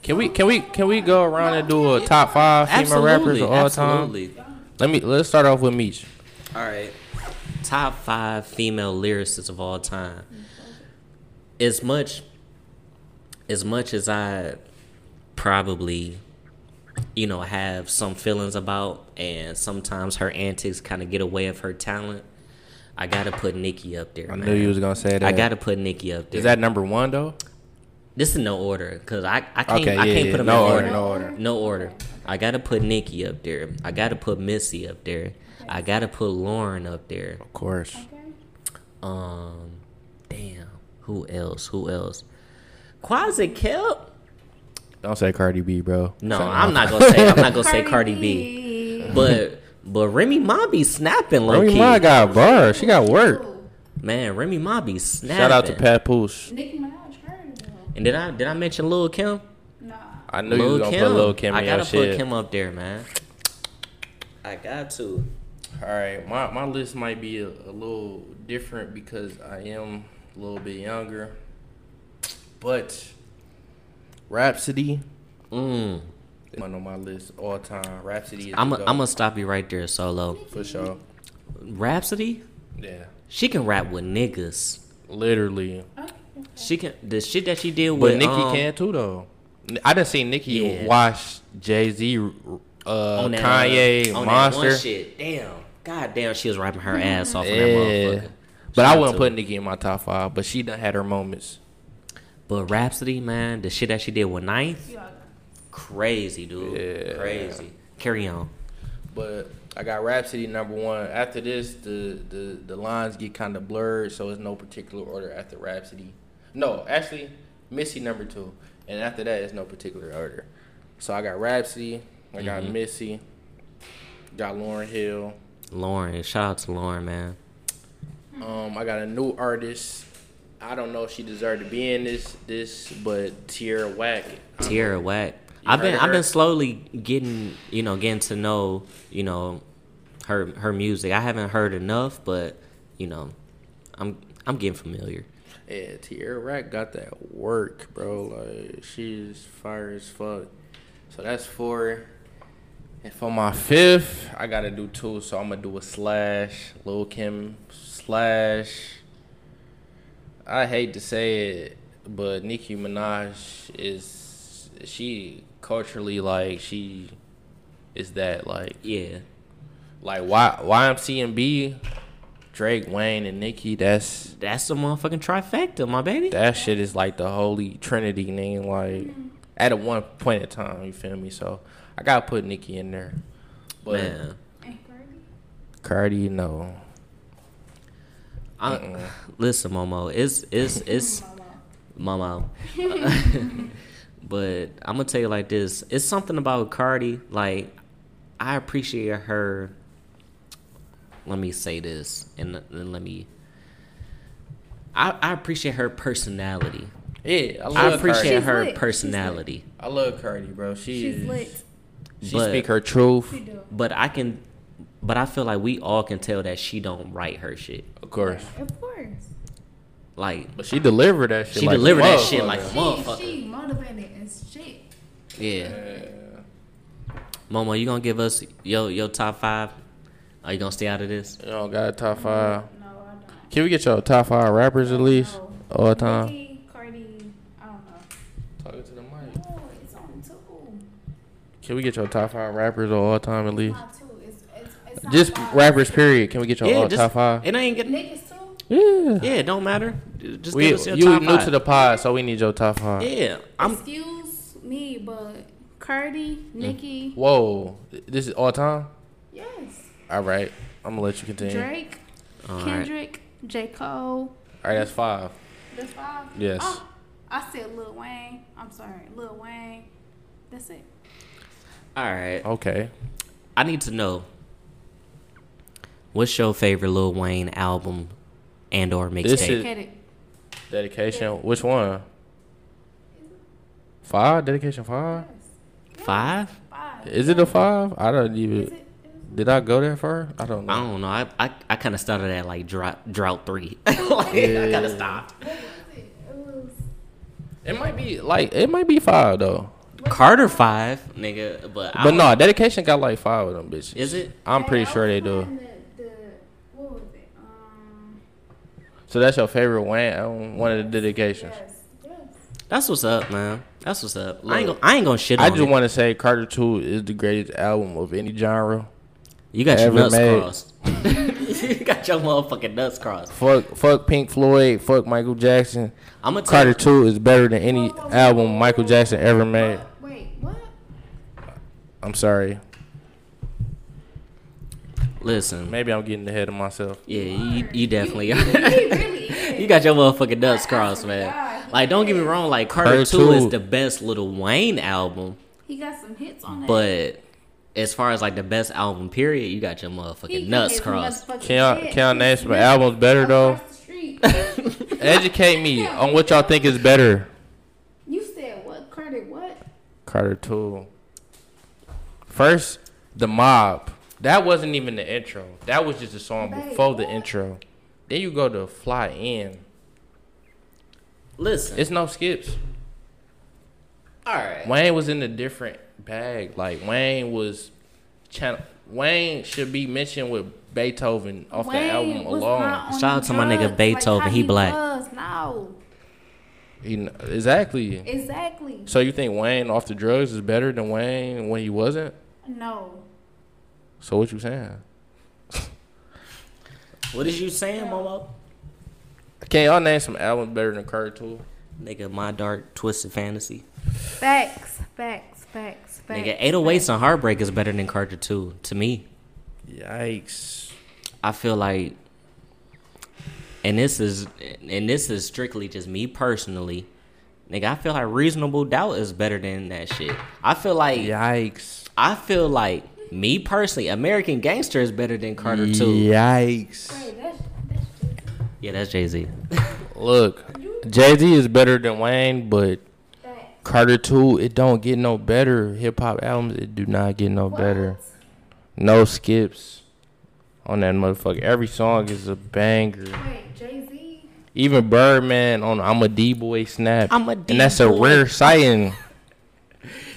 Can we can we can we go around and do a top five female rappers of all absolutely. time? Let me let's start off with Meech. All right. Top five female lyricists of all time. As much as much as I probably, you know, have some feelings about and sometimes her antics kinda get away of her talent, I gotta put Nikki up there. I man. knew you was gonna say that. I gotta put Nikki up there. Is that number one though? this is no order because I, I can't Okay, I yeah, can't yeah. put them No in order, order. no order. No order. I gotta put Nikki up there. I gotta put Missy up there. I gotta put Lauren up there. Of course. Um, damn. Who else? Who else? Quasi Kelp? Don't say Cardi B, bro. No, Say I'm not gonna say. I'm not gonna say Cardi Cardi B. But but Remy Ma be snapping low Remy key. Ma got bars. She got work. Man, Remy Ma be snapping. Shout out to Papoose. Nicki Minaj heard of her. uh, And did I did I mention Lil Kim? Nah. I knew you was gonna put Lil Kim I in gotta your shit. put Kim up there, man. I got to. All right, my, my list might be a, a little different because I am a little bit younger, but Rhapsody Mm. one on my list all time. Rhapsody is I'm the gonna goat, I'm stop you right there, Solo. for sure. Rhapsody, Yeah, she can rap with niggas. literally. She can the shit that she did But with Nicki um, can too though. N- I didn't see Nicki Yeah. watch Jay Z, uh, on that, Kanye, uh, on that Monster. one shit. Damn, god damn, she was rapping her ass off on that yeah, motherfucker. but Shout I out wouldn't to put Nicki in my top five. But she done had her moments. But Rhapsody, man, the shit that she did with Ninth, crazy dude, Yeah. crazy. Carry on. But I got Rhapsody number one. After this, the the, the lines get kind of blurred, so it's no particular order after Rhapsody. No, actually, Missy number two, and after that, it's no particular order. So I got Rhapsody, I got Missy, got Lauren Hill. Lauren, shout out to Lauren, man. Um, I got a new artist. I don't know if she deserved to be in this this, but Tierra Whack. Tierra Whack. I've heard been of I've her? been slowly getting you know getting to know you know her her music. I haven't heard enough, but you know I'm I'm getting familiar. Yeah, Tierra Rack got that work, bro. Like she's fire as fuck. So that's four. And for my fifth, I gotta do two. So I'm gonna do a slash Lil Kim slash. I hate to say it, but Nicki Minaj is she culturally like she is that like Yeah, like why YMCMB, Drake, Wayne, and Nicki. That's that's the motherfucking trifecta, my baby. that shit is like the holy trinity name like Mm-hmm. at a one point in time you feel me so i gotta put nikki in there but man, cardi no I, listen, Momo, it's it's it's Momo. but I'm gonna tell you like this: it's something about Cardi. Like I appreciate her. Let me say this, and, and let me. I, I appreciate her personality. yeah i, love I appreciate She's cardi. her lit. She's personality, i love cardi bro she She's is, lit. she But- speak her truth She do. but I can, but I feel like we all can tell that she don't write her shit. of course Of course. Like but she delivered that shit she like a delivered that shit motherfucker. like a motherfucker. She, she motivated as shit. Yeah. Momo, you gonna give us yo your top five? Are you gonna stay out of this? you know got a top five No, I can we get your top five rappers at least No. all don't. time Nicki, Cardi, I don't know. talking to the mic Oh, it's on two. can we get your top five rappers of all time at least Not two. It's, it's, it's not just five. rappers period can we get your all just, top five It ain't getting. Niggas too? yeah Yeah, it don't matter. Just We, give us your you top new five. to the pod, so we need your top five. yeah, I'm. Excuse me, but Cardi, Nicki, Mm. Whoa, this is all time. yes. All right, I'm gonna let you continue. Drake, All right. Kendrick, J. Cole. All right, that's five. That's five. Yes. Oh, I said Lil Wayne. I'm sorry, Lil Wayne. That's it. All right. Okay. I need to know what's your favorite Lil Wayne album and or This mixtape? is- Get it. Dedication. Which one? Five. Dedication five. Five? Five. Is it a five? I don't Is even. it? Did I go that far? I don't I know. don't know. I I, I kind of started at like drought, drought three. like, I gotta stop. It might be like it might be five though. Carter five, nigga. But I But don't- no, dedication got like five of them bitches. is it? I'm pretty Hey, I sure was they do. playing The, the, what was it? Um, So that's your favorite Wayne album, one of the dedications. That's what's up, man. That's what's up. I ain't gonna, I ain't gonna shit on I just it. want to say Carter Two is the greatest album of any genre. you got your ever nuts made. crossed. you got your motherfucking nuts crossed. Fuck, fuck Pink Floyd, fuck Michael Jackson. I'm gonna tell Carter you. Two is better than any album Michael Jackson ever made. wait, what? I'm sorry. Listen, Maybe I'm getting ahead of myself. yeah, you, you definitely He are. really is. You got your motherfucking nuts crossed, man. Like, don't get me wrong. Like, Carter Her Two is too. the best Little Wayne album, He got some hits on that. but as far as like the best album period, you got your He motherfucking got nuts his crossed. motherfucking Can y'all, shit. can y'all name some albums better though? Across the street. Educate me on what y'all think is better. you said what? Carter, what? Carter Two. First, the mob. That wasn't even the intro. That was just a song Babe, before the what? intro. Then you go to Fly In. Listen, It's no skips. all right. Wayne was in a different bag. Like Wayne was channel. Wayne should be mentioned with Beethoven off Wayne the album was alone. not on Shout out the to my nigga drugs, like Beethoven, how he black. Was. No, He kn- exactly. exactly. So you think Wayne off the drugs is better than Wayne when he wasn't? No. So what you saying? What is you saying, Momo? Can y'all name some albums better than Carter Two? Nigga, my dark twisted fantasy. Facts, facts, facts, facts. Nigga, 808s and heartbreak is better than Carter Two to me. Yikes. I feel like, and this is, and this is strictly just me personally. Nigga, I feel like reasonable doubt is better than that shit. I feel like Yikes. I feel like me personally, American Gangster is better than Carter Two. Yikes. Wait, that's, that's just, Yeah, that's Jay Z. Look, Jay Z is better than Wayne, but that. Carter Two it don't get no better. Hip hop albums it do not get no better. No skips on that motherfucker. Every song is a banger. Wait, Jay Z. Even Birdman on I'm a D boy snap. I'm a And that's a D-boy. rare sighting.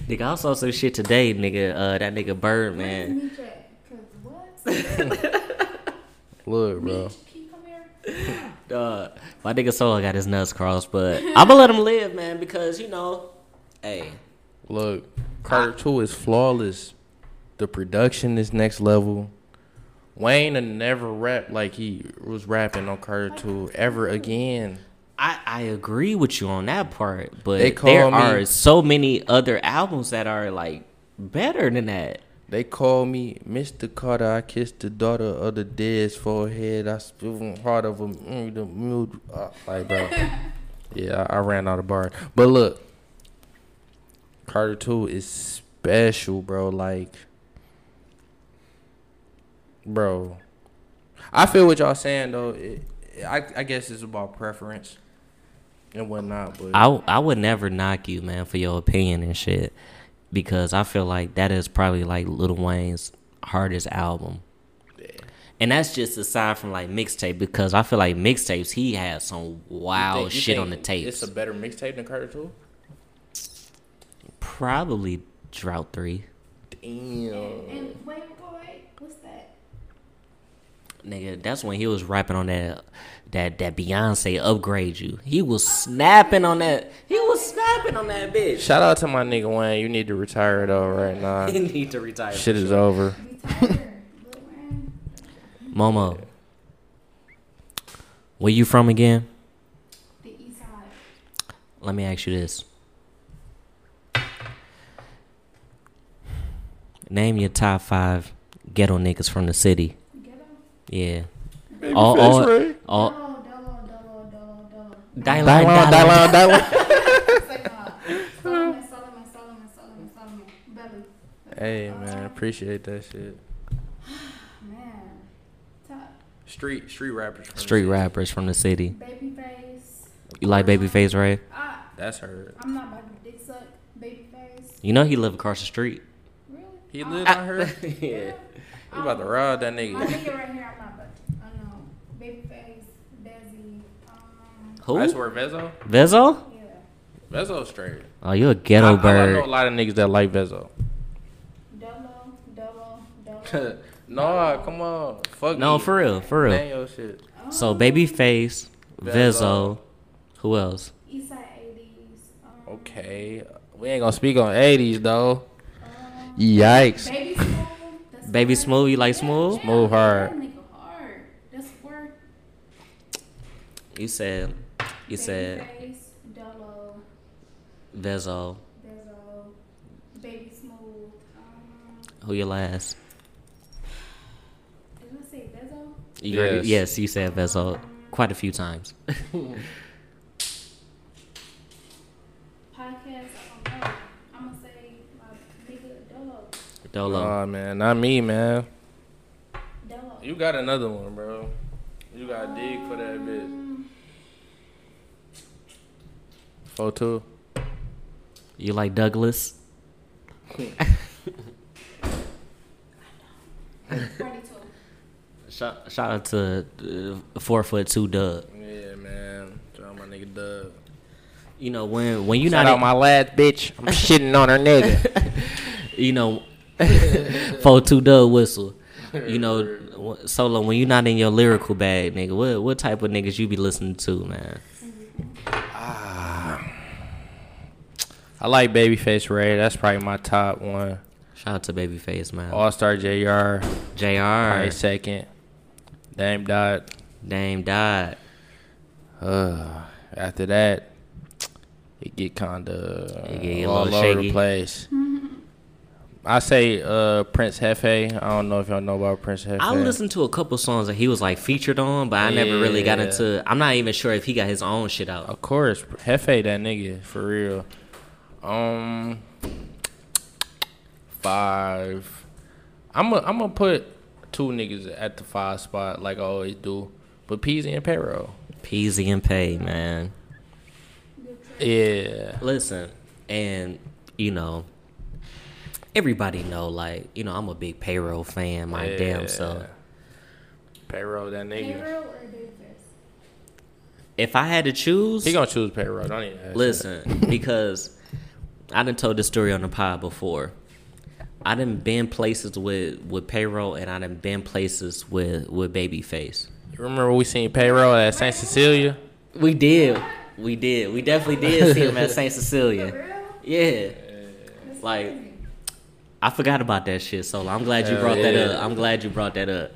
nigga, I saw some shit today, nigga. Uh, that nigga Birdman. Me check. Cause what? Look, bro. Can you come here? Uh, my nigga Soul got his nuts crossed, but I'ma let him live, man, because you know, hey, Look, Carter Two is flawless. The production is next level. Wayne done never rapped like he was rapping on Carter Two ever again. I I agree with you on that part, but They call there me- are so many other albums that are like better than that. They call me Mr. Carter. I kissed the daughter of the dead's forehead. I spilled on heart of a mm, the mood. Uh, like, bro. yeah, I, I ran out of bar. But look, Carter 2 is special, bro. Like, bro. I feel what y'all saying, though. It, I, I guess it's about preference and whatnot. But I I would never knock you, man, for your opinion and shit, because I feel like that is probably like Lil Wayne's hardest album, and that's just aside from like mixtape because I feel like mixtapes he has some You wild think- you shit on the think tapes. It's a better mixtape than Carter 2? probably Drought Three, Damn. And wait, wait, wait. What's that? nigga. That's when he was rapping on that that that Beyonce upgrade you. He was snapping on that. He was snapping on that bitch. Shout out to my nigga Wayne. You need to retire though right now. He need to retire. Shit is over. Retire. Lil Wayne. Momo, where you from again? The East Side. Let me ask you this. Name your top five ghetto niggas from the city. Get him. Yeah. All, all, All Dolo, dolo, dolo, dolo, dolo. Dial Say no. Solomon, Solomon, Solomon, Solomon, Solomon. Belly. Hey man, appreciate that shit. Man. Top. Street street rappers. from street the- rappers from the city. Babyface. You like Babyface, right? I, That's her. I'm not about to dick suck. Babyface. You know he live across the street. Really? Ah. He I- lived on her. yeah. You about to rob that My nigga? nigga right here, I'm not about to. I know. Babyface, Desi. Um, Who? That's where Vezo. Vezo? yeah. Vezo straight. Oh, you a I- ghetto I, I know a bird. lot of niggas that like Vezo. Dolo, dolo, dolo. nah, come on. Fuck No, you. for real, for real. Name your shit. Oh. So Babyface, Vezo, who else? Eastside 80s. Um, Okay, we ain't gonna speak on '80s though. Yikes. uh, Baby Smooth. That's Baby hard. Smooth, you like Yeah, Smooth? yeah, Smooth hard. That nigga hard. That's work. You said, you said Babyface, Dolo, Vezo. Bezo, Baby Smooth. Um, Who your last? did I say Bezo? You yes. Yes. yes, you said Vezo quite a few times. Podcast, I don't know. I'm gonna say my nigga Dolo. Dolo. Nah, man, not me, man. Dolo. You got another one, bro. You got dig for that bitch. Um, Oh, two. you like Douglas? Cardi Two. Shout, shout out to uh, four foot two Doug. Yeah, man. Shout out my nigga Doug. You know when when you Shout not out my lad, bitch. I'm shitting on her nigga. you know four two Doug whistle. You know w- solo when you not in your lyrical bag, nigga. What what type of niggas you be listening to, man? I like Babyface Ray. That's probably my top one. Shout out to Babyface, man. Oh. All Star JR. Probably Jr. second. Dame Dot. Dame died. Uh, after that, it get kind of It get a all little over shaky. the place. I say uh, Prince Hefe. I don't know if y'all know about Prince Hefe. I listened to a couple songs that he was like featured on, but I never really got Yeah. Oh, into. I'm not even sure if he got his own shit out. Of course, Hefe that nigga for real. Um, five. I'm i I'm gonna put two niggas at the five spot like I always do, but Peasy and Perro. Peasy and Pay, man. Yeah, Listen, and you know, everybody know like you know I'm a big payroll fan. My damn self. Perro that nigga. Hero or Babyface? If I had to choose, He gonna choose Perro. Don't even ask listen because I done told this story on the pod before. I done been places with with payroll, and I done been places with with babyface. You remember we seen Payroll at St. Cecilia? We did. We did. We definitely did see him at St. Cecilia. Yeah. Like, I forgot about that shit, so I'm glad you Hell brought that yeah. up. I'm glad you brought that up.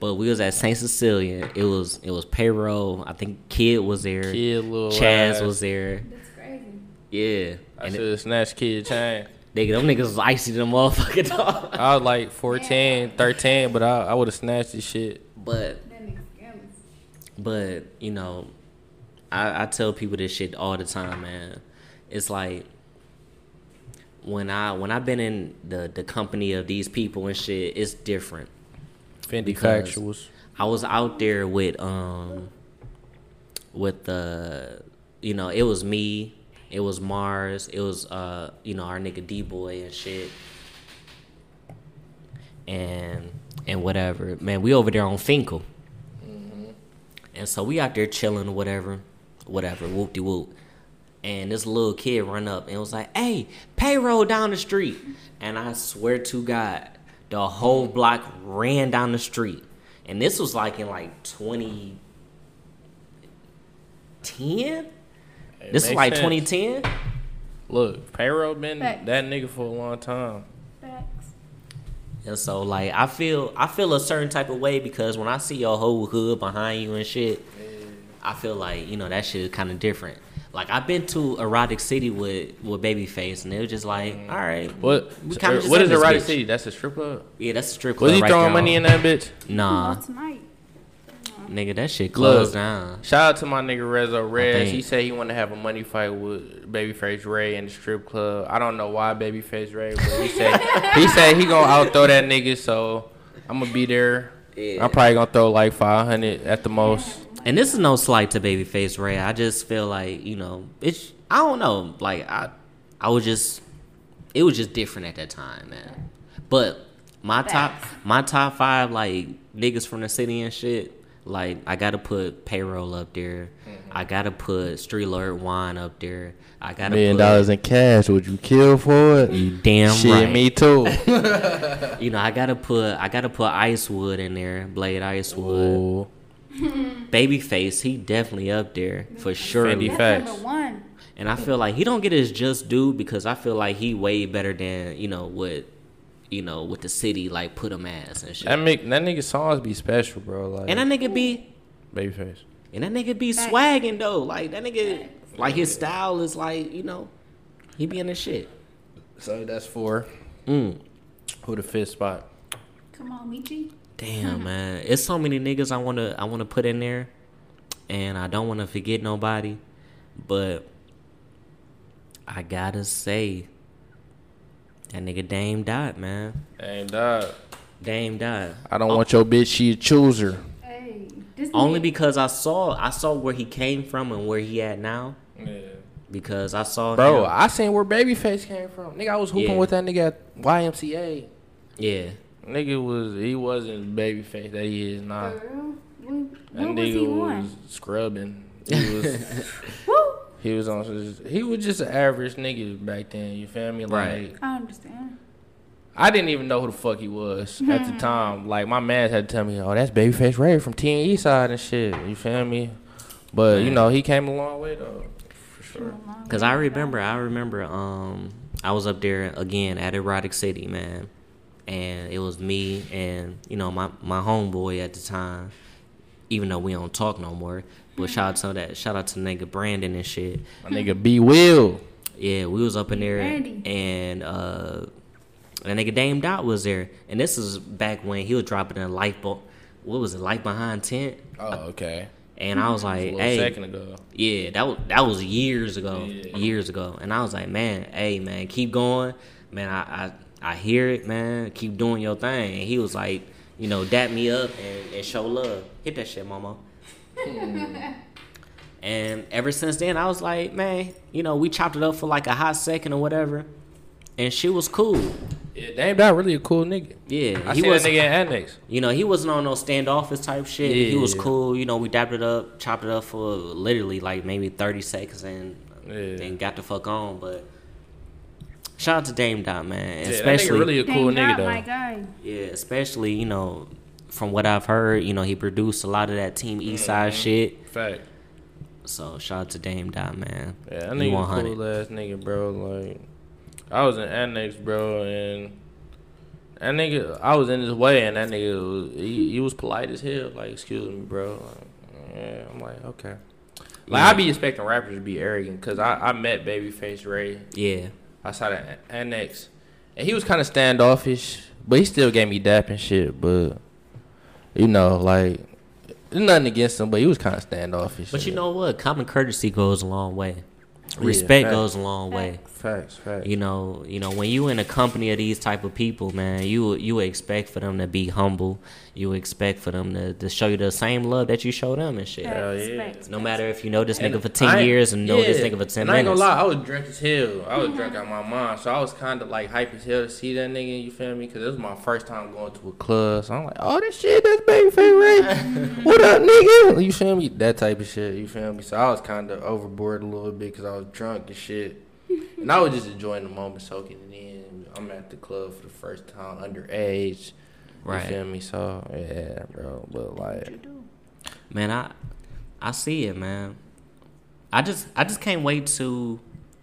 But we was at St. Cecilia. It was it was payroll. I think Kid was there. Kid Lil Chaz Wise. was there. That's crazy. Yeah. I And should it, have snatched Kid Chain. nigga, them niggas was icy to the motherfucking dog. I was like 14, 13, but I, I would have snatched this shit. But That nigga's jealous. But you know, I, I tell people this shit all the time, man. It's like when I when I've been in the the company of these people and shit, it's different. Fendi Because- Factuals. I was out there with um with the you know, it was me, it was Mars, it was uh, you know, our nigga D boy and shit. And and whatever. Man, we over there on Finkel. And so we out there chilling, whatever, whatever, whoop de whoop. And this little kid run up and was like, "Hey, payroll down the street!" And I swear to God, the whole block ran down the street. And this was like in like 2010. It This is makes like sense. 2010. Look, Payroll been Facts. that nigga for a long time. Facts. And so like I feel I feel a certain type of way because when I see your whole hood behind you and shit, I feel like, you know, that shit is kinda different. Like I've been to Erotic City with with Babyface and it was just like, all right. Mm. What? we so, kinda uh, just What in is this Erotic bitch. City? That's a strip club. Yeah, that's a strip club. Was he right throwing down. money in that bitch? Well, Nah. tonight. Nigga, that shit closed Look. down. Shout out to my nigga Rezo Rez. think- He said he wanted to have a money fight with Babyface Ray in the strip club. I don't know why Babyface Ray, but he said he said he gonna out throw that nigga. So I'm gonna be there. I'm probably gonna throw like 500 at the most. And this is no slight to Babyface Ray. I just feel like you know, it's I don't know. Like I, I was just, it was just different at that time, man. But my top, my top five like niggas from the city and shit. Like I gotta put payroll up there. I gotta put Street Alert Wine up there. I gotta put, in cash. Would you kill for it? You damn Shit, right. me too. You know I gotta put I gotta put Icewood in there. Blade Icewood. Ooh. Babyface, he definitely up there for sure. Fendi That's Facts. number one. And I feel like he don't get his just due because I feel like he way better than you know what, you know what the city like put him as and shit. That, make, that nigga songs be special, bro. Like and that nigga be Babyface. and that nigga be swagging though. Like that nigga, like his style is like you know, he be in the shit. So that's four. Mm. Who the fifth spot? Come on, Michi. Damn man, it's so many niggas I wanna I wanna put in there, and I don't wanna forget nobody, but I gotta say that nigga Dame Dot man, And uh, Dame Dot. I don't want your bitch. She a chooser. Hey, this Only nigga- because I saw I saw where he came from and where he at now. Yeah. Because I saw Bro, him. I seen where Babyface came from. Nigga, I was hooping Yeah. with that nigga at YMCA. yeah, Nigga was he wasn't Babyface that he is now. For real? What, That what was he nigga on? scrubbing. He was Woo! he was on some- he was just an average nigga back then. You feel me? Like Right. I understand. I didn't even know who the fuck he was at Hmm. the time. Like my man had to tell me, "Oh, that's Babyface Ray from T and E Side and shit." You feel me? But you know he came a long way though, for sure. because I remember I remember um I was up there again at Erotic City, man, and it was me and you know my my homeboy at the time. Even though we don't talk no more, but shout out to that shout out to nigga Brandon and shit. My nigga B Will. Yeah, we was up in there, Randy. and uh, and nigga Dame Dot was there, and this is back when he was dropping a light bulb. What was it, light behind tent? Oh, okay. And I was A like, little hey, second ago. yeah, that was that was years ago, Yeah. years ago. And I was like, man, hey, man, keep going, man. I I, I hear it, man. Keep doing your thing. And he was like, you know, dap me up and, and show love. Hit that shit, mama. and ever since then, I was like, man, you know, we chopped it up for like a hot second or whatever, and she was cool. Yeah, Dame Dot really a cool nigga. Yeah, I see that nigga in Annex. You know, he wasn't on no standoffish type shit. He was Yeah. cool. You know, we dapped it up, chopped it up for literally like maybe 30 seconds and Yeah. and got the fuck on. But shout out to Dame Dot, man. Yeah, that especially, nigga really a cool Dang nigga God, though. my guy. yeah, especially, you know, from what I've heard, you know, he produced a lot of that Team Mm-hmm. Eastside shit. Fact. So shout out to Dame Dot, man. E Yeah, that You nigga a 100. cool ass nigga, bro. Like, I was in Annex, bro, and that nigga, I was in his way, and that nigga, was, he, he was polite as hell. Like, excuse me, bro. Like, yeah, I'm like, okay. Like, I be expecting rappers to be arrogant, cause I, I met Babyface Ray Yeah. outside of An- Annex, and he was kind of standoffish, but he still gave me dap and shit. But you know, like, there's nothing against him, but he was kind of standoffish. But you Yeah. know what? Common courtesy goes a long way. Yeah, Respect facts. goes a long way. facts, facts. you know you know when you in a company of these type of people man you you expect for them to be humble you expect for them to, to show you the same love that you show them and shit Hell yeah. Facts. no matter if you know this nigga And for 10 I- years and know this yeah, nigga for 10 and I ain't minutes gonna lie, I was drunk as hell. I was drunk out my mind, so I was kind of like hype as hell to see that nigga. You feel me? Because it was my first time going to a club, so I'm like, oh, this shit, that's babyface Ray. what up, nigga? You feel me? That type of shit. You feel me? So I was kind of overboard a little bit because I was drunk and shit, and I was just enjoying the moment, soaking it in. I'm at the club for the first time, underage. Right. You feel me? So yeah, bro. But like, man i i see it man i just i just can't wait to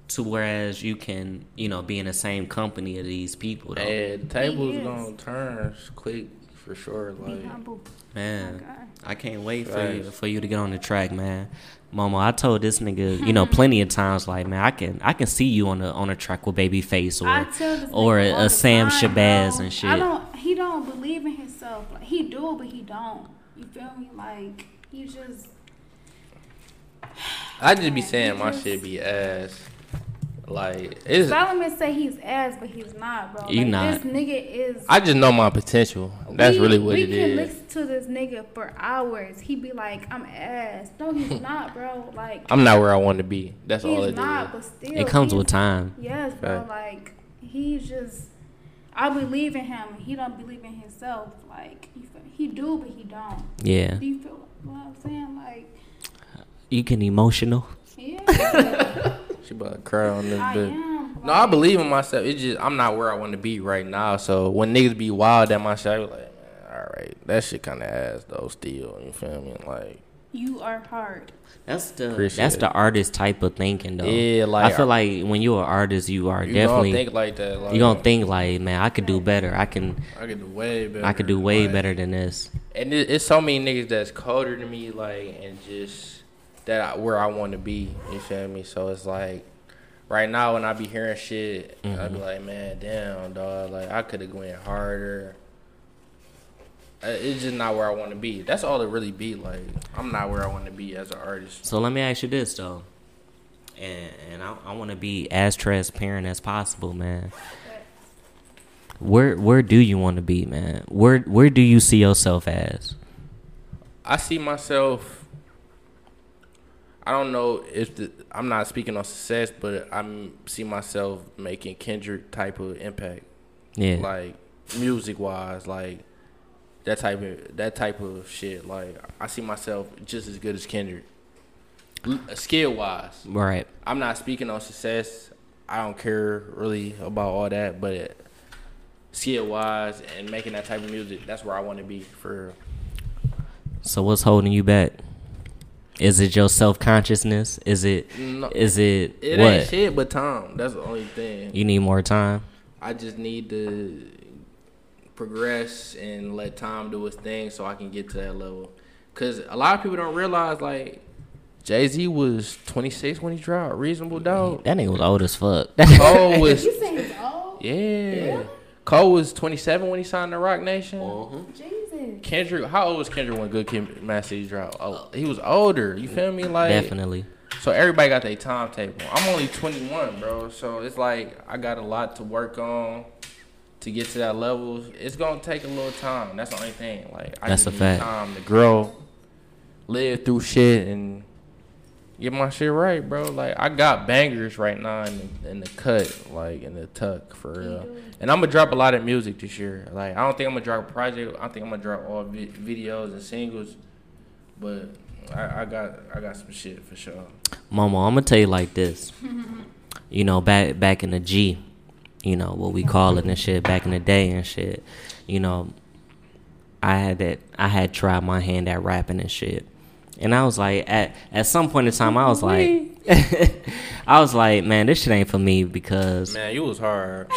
to whereas you can you know be in the same company of these people though yeah, the table's is. gonna turn quick for sure. Like. Be humble. man God. I can't wait for Right. you for you to get on the track, man. Mama, I told this nigga, you know, plenty of times, like, man, I can I can see you on a on a track with Babyface I or tell this or nigga a, all a the Sam time, Shabazz bro. and shit. I don't. He don't believe in himself. Like he do, but he don't. You feel me? Like You just I just be saying my shit be ass. Like it's. Solomon say he's ass, but he's not, bro. You like, not. This nigga is. I just know my potential. That's we- really what we it can is. listen to this nigga for hours. He be like, "I'm ass." No, he's not, bro. Like I'm not where I want to be. That's all he's it not, is. but still, It comes he's- with time. Yes, bro. Right. Like he's just. I believe in him. He don't believe in himself. Like you feel, he do, but he don't. Yeah. Do you feel what I'm saying? Like You get emotional. yeah, She about to cry on this I bitch. am. No, I believe in myself. It's just I'm not where I want to be right now. So when niggas be wild at my shit, I be like, man, all right, that shit kind of ass though. Still, you feel me? Like, You are hard. That's the Appreciate that's it. the artist type of thinking though. Yeah, like- I feel like when you're an artist, you are you definitely don't think like that. Like, you gonna think like, man, I could do better. I can I could do way better. I could do way Like, better than this. And it, it's so many niggas that's colder than me, like, and just that I, where I want to be. You feel me? So it's like, right now when I be hearing shit, I be like, man, damn, dog, like I could have went harder. Uh, It's just not where I want to be. That's all it really be. Like, I'm not where I want to be as an artist. So let me ask you this though, and and I, I want to be as transparent as possible, man. Where where do you want to be, man? Where where do you see yourself as? I see myself. I don't know if the, I'm not speaking on success, but I'm see myself making Kendrick type of impact. Yeah, like music wise, like that type of that type of shit. Like I see myself just as good as Kendrick, skill wise. right. I'm not speaking on success. I don't care really about all that, but skill wise and making that type of music, that's where I want to be for. real. So what's holding you back? Is it your self consciousness? Is it is No. it, It what? ain't shit, but time. That's the only thing. You need more time. I just need to progress and let time do his thing so I can get to that level. Cause a lot of people don't realize like Jay Z was 26 when he dropped Reasonable Doubt. That nigga was old as fuck. Cole was You "Oh, say he's old? yeah. Cole was 27 when he signed the Rock Nation. Jesus. Kendrick, how old was Kendrick when Good Kid, Mad City dropped? Oh, he was older. You feel me? Like Definitely. so everybody got their timetable. I'm only 21, bro. So it's like I got a lot to work on to get to that level. It's gonna take a little time. That's the only thing. Like I That's just a need fact. Time to grow, live through shit, and get my shit right, bro. Like I got bangers right now in the, in the cut, like in the tuck for real. And I'm gonna drop a lot of music this year. Like I don't think I'm gonna drop a project. I think I'm gonna drop all vi- videos and singles, but. I, I got I got some shit for sure. Mama, I'm gonna tell you like this. you know, back back in the G, you know what we call it and shit. Back in the day and shit, you know, I had that. I had tried my hand at rapping and shit, and I was like, at at some point in time, I was like, I was like, man, this shit ain't for me because Man, you was hard.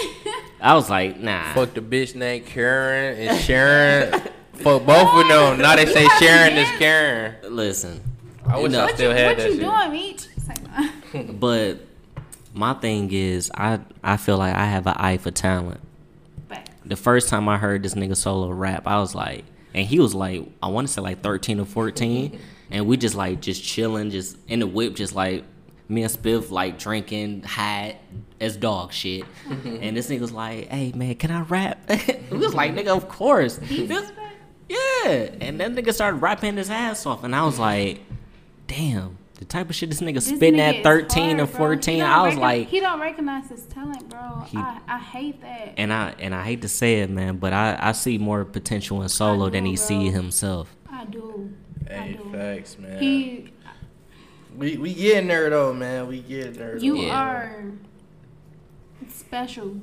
I was like, nah, Fuck the bitch named Karen and Sharon. Fuck both of them. Now they say Sharon is Karen. listen. I wish No. I What still you, had what that you shit. doing, Meech? It's like, nah. But my thing is, I I feel like I have an eye for talent. But the first time I heard this nigga solo rap, I was like, and he was like, I want to say like 13 or 14, and we just like just chilling, just in the whip, just like me and Spiff like drinking, high as dog shit. and this nigga's like, hey man, can I rap? we was like, nigga, of course. This- yeah. And that nigga started rapping his ass off, and I was like, damn. The type of shit this nigga this spitting nigga at is 13 hard, and bro. He 14, don't I was recogn- like, he don't recognize his talent, bro. He- I, I hate that. and I and I hate to say it, man, but I, I see more potential in solo than know, he bro. see himself. I do. I Hey, do. facts, man. He, we we getting there though, man. We getting there. you Yeah. are special,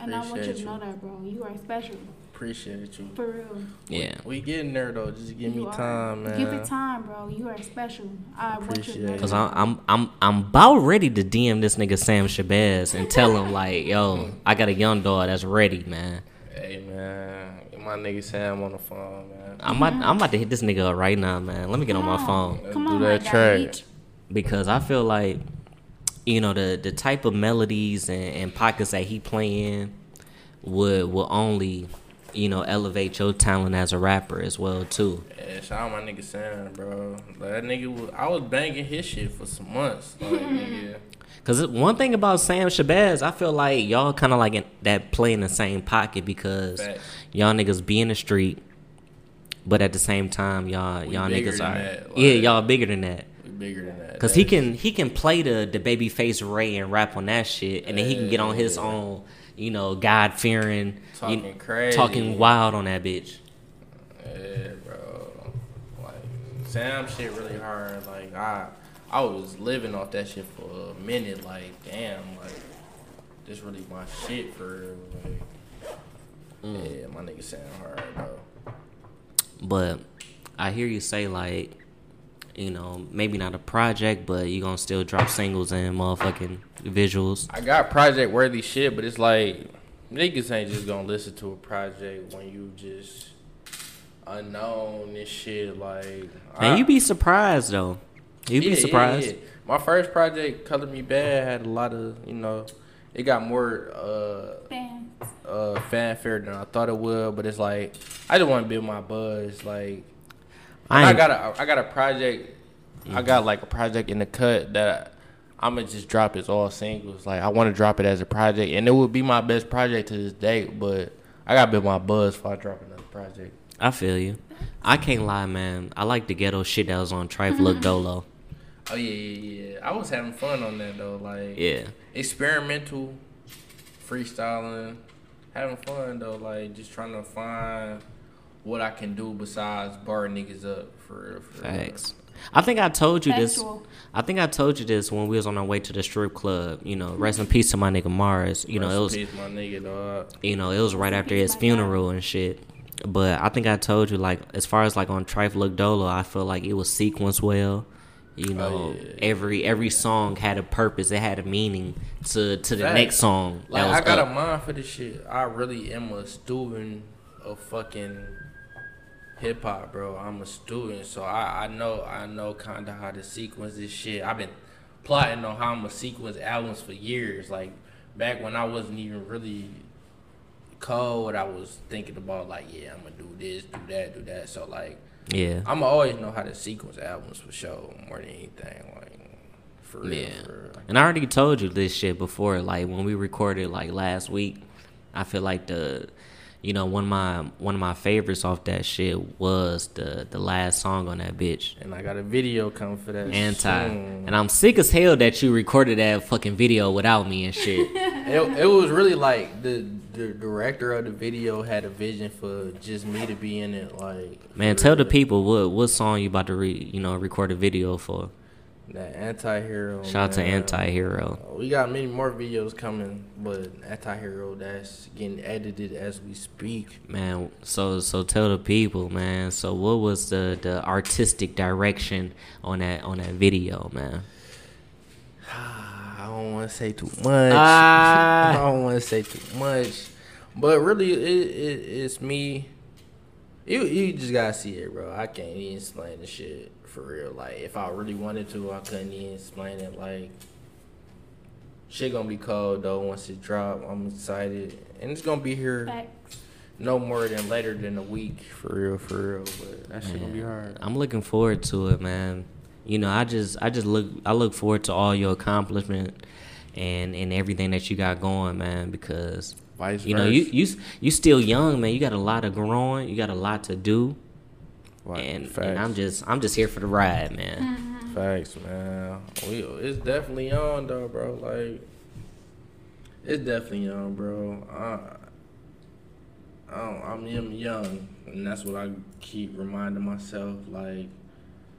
and I want you Appreciate to you. know that, bro. You are special Appreciate you. for real. Yeah. We getting there though. Just give You me are. time, man. Give it time, bro. You are special. I want you to Appreciate know. it. Cause that. I'm I'm I'm I'm about ready to DM this nigga Sam Shabazz and tell him like, yo, I got a young dog that's ready, man. Hey, man. Get my nigga Sam on the phone, man. I'm about, I'm about to hit this nigga up right now, man. Let me get on my phone Come Do on, that my guy. track. Meech. because I feel like, you know, the the type of melodies and, and pockets that he playing would will only you know, elevate your talent as a rapper as well too. Yeah, shout out my nigga Sam, bro. Like, that nigga, was, I was banging his shit for some months. Like, nigga, Cause it- one thing about Sam Shabazz, I feel like y'all kind of like in, that play in the same pocket because Facts. y'all niggas be in the street, but at the same time y'all We y'all bigger niggas than are that, like- yeah y'all bigger than that. we bigger than that. Cause he can he can play the the baby face Ray and rap on that shit, and then he can get on his Yeah. own, you know, God fearing, Talking crazy. talking wild on that bitch. Yeah, bro. Like Sam shit really hard. Like I I was living off that shit for a minute, like, damn, like this really my shit for real. Like, Mm. Yeah, my nigga Sam hard, bro. But I hear you say like, you know, maybe not a project, but you gonna still drop singles and motherfucking visuals. I got project worthy shit, but it's like niggas ain't just gonna listen to a project when you just unknown and shit. Like, I- And you be surprised though. You be Yeah, yeah, surprised. yeah. My first project, Color Me Bad, had a lot of you know, it got more uh Fans. uh fanfare than I thought it would, but it's like I just want to build my buzz. Like I I, ain't- got a I got a project, I got like a project in the cut that I'm gonna just drop as all singles. Like I want to drop it as a project, and it would be my best project to this day. But I gotta build my buzz before I drop another project. I feel you. I can't lie, man. I like the ghetto shit that was on Trife Look Dolo. Oh yeah, yeah, yeah. I was having fun on that though. Like Yeah. experimental, freestyling, having fun though, like just trying to find what I can do besides bar niggas up for real, for real. Facts. I think I told you Factual. this. I think I told you this when we was on our way to the strip club. You know, rest in peace to my nigga Mars. You know, Rest it in was peace, my nigga dog. you know it was right after peace, his my guy. funeral and shit. But I think I told you like as far as like on Trife Look Dolo, I feel like it was sequenced well. You know, Oh, yeah. every every song had a purpose. It had a meaning to to the Facts. next song. that Like was I got up. a mind for this shit. I really am a student of fucking hip hop, bro. I'm a student, so I, I know I know kinda how to sequence this shit. I've been plotting on how I'm gonna sequence albums for years. Like back when I wasn't even really cold, I was thinking about like, yeah, I'm gonna do this, do that, do that. So like yeah. I'ma always know how to sequence albums for sure, more than anything. Like for real, Yeah. for real. And I already told you this shit before, like when we recorded like last week. I feel like the, you know, one of my one of my favorites off that shit was the the last song on that bitch, And I got a video coming for that. Anti. soon. And I'm sick as hell that you recorded that fucking video without me and shit. It, it was really like the the director of the video had a vision for just me to be in it. Like Man, tell the people what what song you about to re, you know record a video for. that anti-hero. Shout out to man. Uh, Anti Hero. We got many more videos coming, but anti-hero that's getting edited as we speak. Man, so so tell the people, man. So what was the the artistic direction on that on that video, man? Ah, I don't want to say too much. Ah. I don't want to say too much, but really, it, it it's me. You you just gotta see it, bro. I can't even explain the shit for real. Like if I really wanted to, I couldn't even explain it. Like shit gonna be cold though once it drop. I'm excited, and it's gonna be here Facts. no more than later than a week for real, for real. But that shit gonna be hard. I'm looking forward to it, man. You know, I just I just look I look forward to all your accomplishment and and everything that you got going, man, because Vice you know, you you s- you still young, man. You got a lot of growing, you got a lot to do. And, and I'm just I'm just here for the ride, man. Facts, man. We it's definitely on though, bro. Like it's definitely on, bro. I, I don't, I'm, I'm young, and that's what I keep reminding myself. Like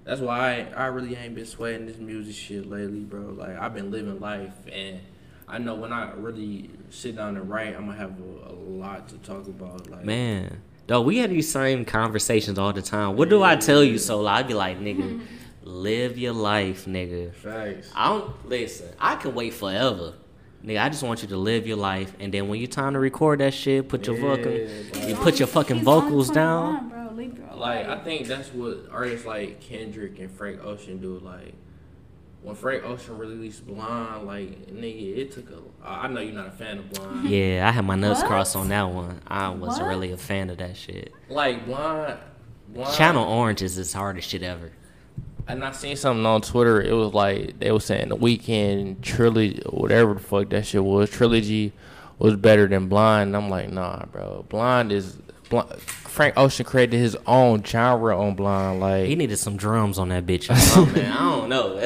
that's why I I really ain't been sweating this music shit lately, bro. Like I've been living life, and I know when I really sit down and write, I'm gonna have a, a lot to talk about. Mm. Like Man, though we had these same conversations all the time. What do I tell you, Sola? I'd be like, nigga, live your life, nigga. facts. I don't listen. I can wait forever, nigga. I just want you to live your life, and then when you time to record that shit, put your vocal, Yeah, you put your fucking He's only vocals down. 21, Bro. Leave her Like alone. I think that's what artists like Kendrick and Frank Ocean do. Like when Frank Ocean released Blonde, like nigga, it took a. I I know you're not a fan of Blonde. Yeah, I had my nuts What? crossed on that one. I wasn't What? really a fan of that shit. Like Blonde, Blonde. Channel Orange is as hard as shit ever. And I seen something on Twitter. It was like they was saying the weekend trilogy, whatever the fuck that shit was, trilogy was better than Blind. And I'm like, nah, bro. Blind is Blind, Frank Ocean created his own genre on Blind. He Like, needed some drums on that bitch. or something, man. I don't know.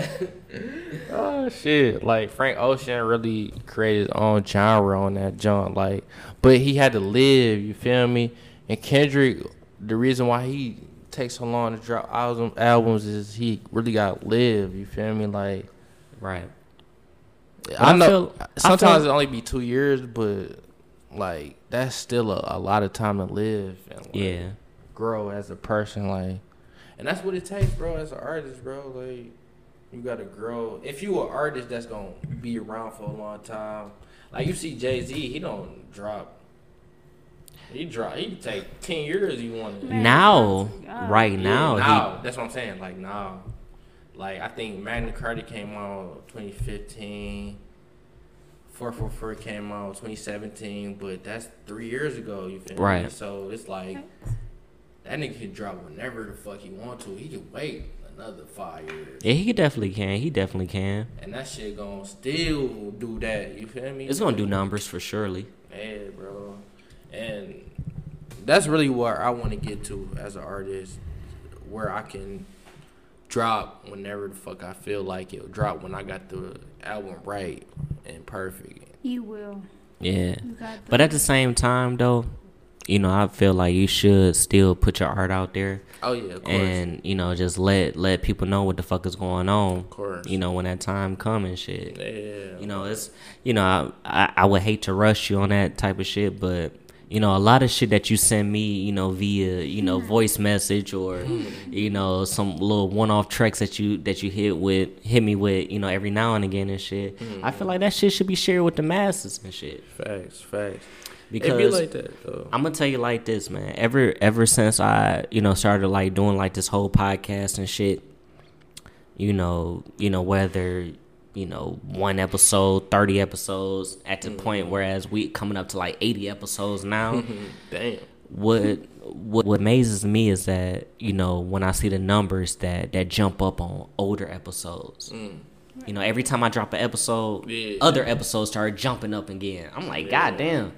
oh shit. Like Frank Ocean really created his own genre on that joint. Like, but he had to live. You feel me? And Kendrick, the reason why he takes so long to drop album, albums is he really got to live. You feel me? Like. right. I, I know. feel- I sometimes feel- it only be two years, but like that's still a, a lot of time to live and like, Yeah. grow as a person. Like, and that's what it takes, bro. As an artist, bro, like you gotta grow. If you an artist that's gonna be around for a long time, like you see Jay Z, he don't drop. He drop. He take ten years. He wanted Man, now, God. right Yeah, now, he, now that's what I'm saying. Like now, like I think Magna Carta came out 2015. 444 came out 2017, but that's three years ago. You feel me? Right. So it's like that nigga can drop whenever the fuck he want to. He can wait another five years, yeah, he definitely can. He definitely can. and that shit gonna still do that. You feel me? It's gonna do numbers for surely. Yeah, bro. And that's really where I want to get to as an artist, where I can drop whenever the fuck I feel like it. Drop when I got the album right and perfect. You will. Yeah. You got the, But at the same time, though, you know, I feel like you should still put your art out there Oh yeah, of course. and you know just let let people know what the fuck is going on. course. You know when that time come and shit. yeah. You know, it's you know, I, I I would hate to rush you on that type of shit, but you know, a lot of shit that you send me, you know, via you know Mm-hmm. voice message or you know some little one-off tracks that you that you hit with hit me with, you know, every now and again and shit. I Mm-hmm. feel like that shit should be shared with the masses and shit Facts, facts. because It be like that though. I'm gonna tell you like this, man. Ever ever since I, you know, started like doing like this whole podcast and shit, you know, you know, whether, you know, one episode, thirty episodes at the point whereas we coming up to like eighty episodes now. Mm-hmm. Damn. what what what amazes me is that, you know, when I see the numbers that that jump up on older episodes. You know, every time I drop an episode, Mm. Yeah. other episodes start jumping up again. I'm like, God damn.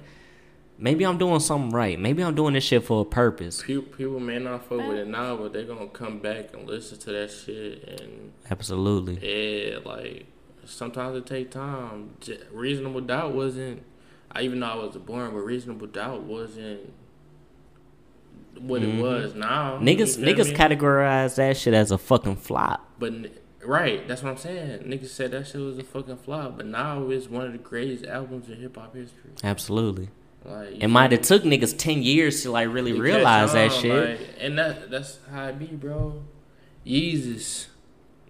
Maybe I'm doing something right. Maybe I'm doing this shit for a purpose. People, people may not fuck with it now, but they gonna come back and listen to that shit and Absolutely. Yeah, like sometimes it take time. J- Reasonable doubt wasn't. I even though I was born, but reasonable doubt wasn't what it was now. Mm-hmm. Niggas You feel niggas me? categorize that shit as a fucking flop. But n- right, that's what I'm saying. Niggas said that shit was a fucking flop, but now it's one of the greatest albums in hip hop history. Absolutely. Like you It might have took niggas ten years to like really You catch realize that on, shit. like, and that that's how it be, bro. Yeezus,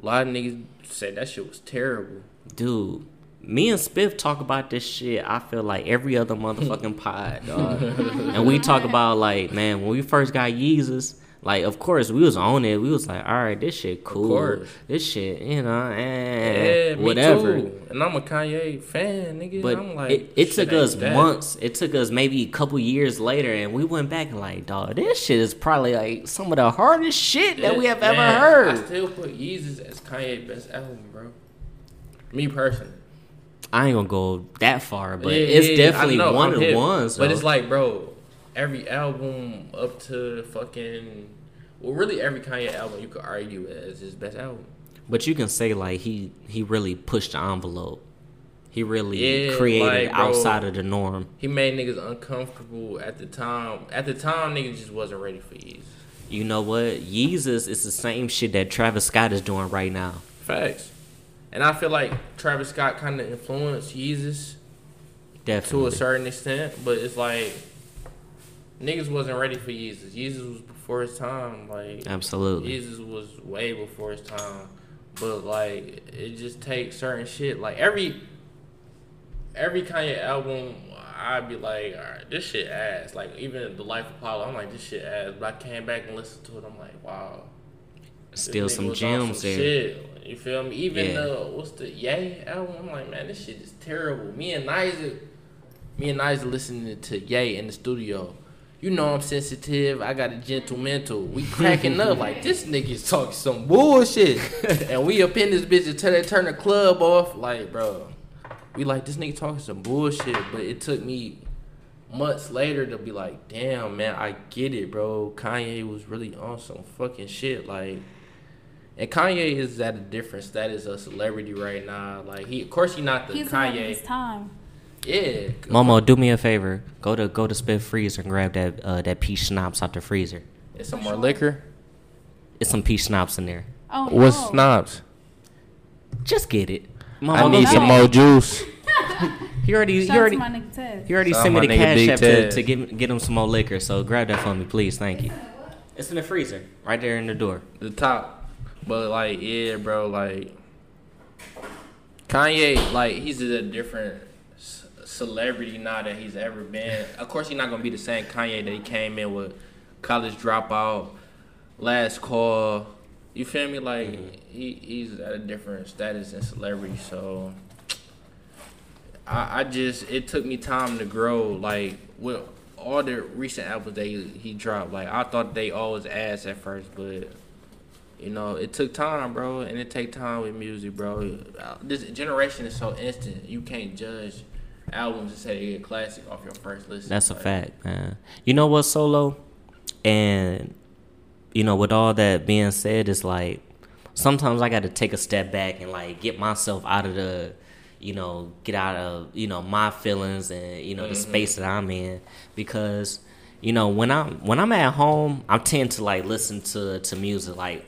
a lot of niggas said that shit was terrible. Dude, me and Spiff talk about this shit. I feel like every other motherfucking pod, dog. and we talk about like, man, when we first got Yeezus, like, of course we was on it. We was like, all right, this shit cool. course. This shit, you know, eh, Yeah, whatever. Me too. And I'm a Kanye fan, nigga. But I'm like, it, it shit took ain't us that. months. It took us maybe a couple years later, and we went back and like, dog, this shit is probably like some of the hardest shit that we have ever Man, heard. I still put Yeezus as Kanye best album, bro. Me personally, I ain't gonna go that far, but Yeah, it's yeah, yeah, I definitely know, one I'm of the hip. ones. But though. it's like, bro, every album up to fucking, well, really every Kanye album you could argue as his best album. But you can say like he he really pushed the envelope. He really Yeah, created like, bro. outside of the norm. He made niggas uncomfortable at the time. At the time, niggas just wasn't ready for Yeezus. You know what? Yeezus is the same shit that Travis Scott is doing right now. Facts. And I feel like Travis Scott kind of influenced Yeezus. to Definitely. a certain extent, but it's like niggas wasn't ready for Yeezus. Yeezus was before his time. Like Absolutely. Jesus was way before his time, but like it just takes certain shit. Like every every Kanye album, I'd be like, all right, this shit ass. Like even the Life of Pablo, I'm like, this shit ass. But I came back and listened to it, I'm like, wow, Still This nigga some was on gems some there. Shit. You feel me? Even Yeah. uh, what's the Yay album? I'm like, man, this shit is terrible. Me and Niza, me and Niza listening to Yay in the studio. You know I'm sensitive. I got a gentle mental. We cracking up like this nigga's talking some bullshit, and we up in this bitch until they turn the club off. Like, bro, we like this nigga talking some bullshit. But it took me months later to be like, damn, man, I get it, bro. Kanye was really on some fucking shit. Like, and Kanye is at a different status of celebrity right now. Like, he, of course, he not the He's on his Kanye. time. Yeah. Momo, do me a favor. Go to go to Spit Freezer and grab that uh, that peach schnapps out the freezer. It's some more liquor. It's some peach schnapps in there. Oh, What's no. snobs? Just get it. Momo, I go need get some it. more juice. He already he Shout out to already my nigga Tez. he already Shout sent out me the my nigga cash Big app to, Taz. to get get him some more liquor. So grab that for me, please. Thank you. It's in the freezer, right there in the door. The top. But, like, yeah, bro, like, Kanye, like, he's at a different c- celebrity now that he's ever been. Of course, he's not going to be the same Kanye that he came in with college dropout, last call. You feel me? Like, he, he's at a different status and celebrity, so. I, I just it took me time to grow. Like with all the recent albums that he, he dropped, like I thought they all was ass at first, but you know it took time, bro, and it take time with music, bro. Uh, This generation is so instant. You can't judge albums and say they're a classic off your first listen. That's a Like, fact, man. You know what, Solo? And, you know, with all that being said, it's like sometimes I got to take a step back and, like, get myself out of the, you know, get out of, you know, my feelings and, you know, the Mm-hmm. space that I'm in because. You know, when I'm when I'm at home, I tend to like listen to, to music like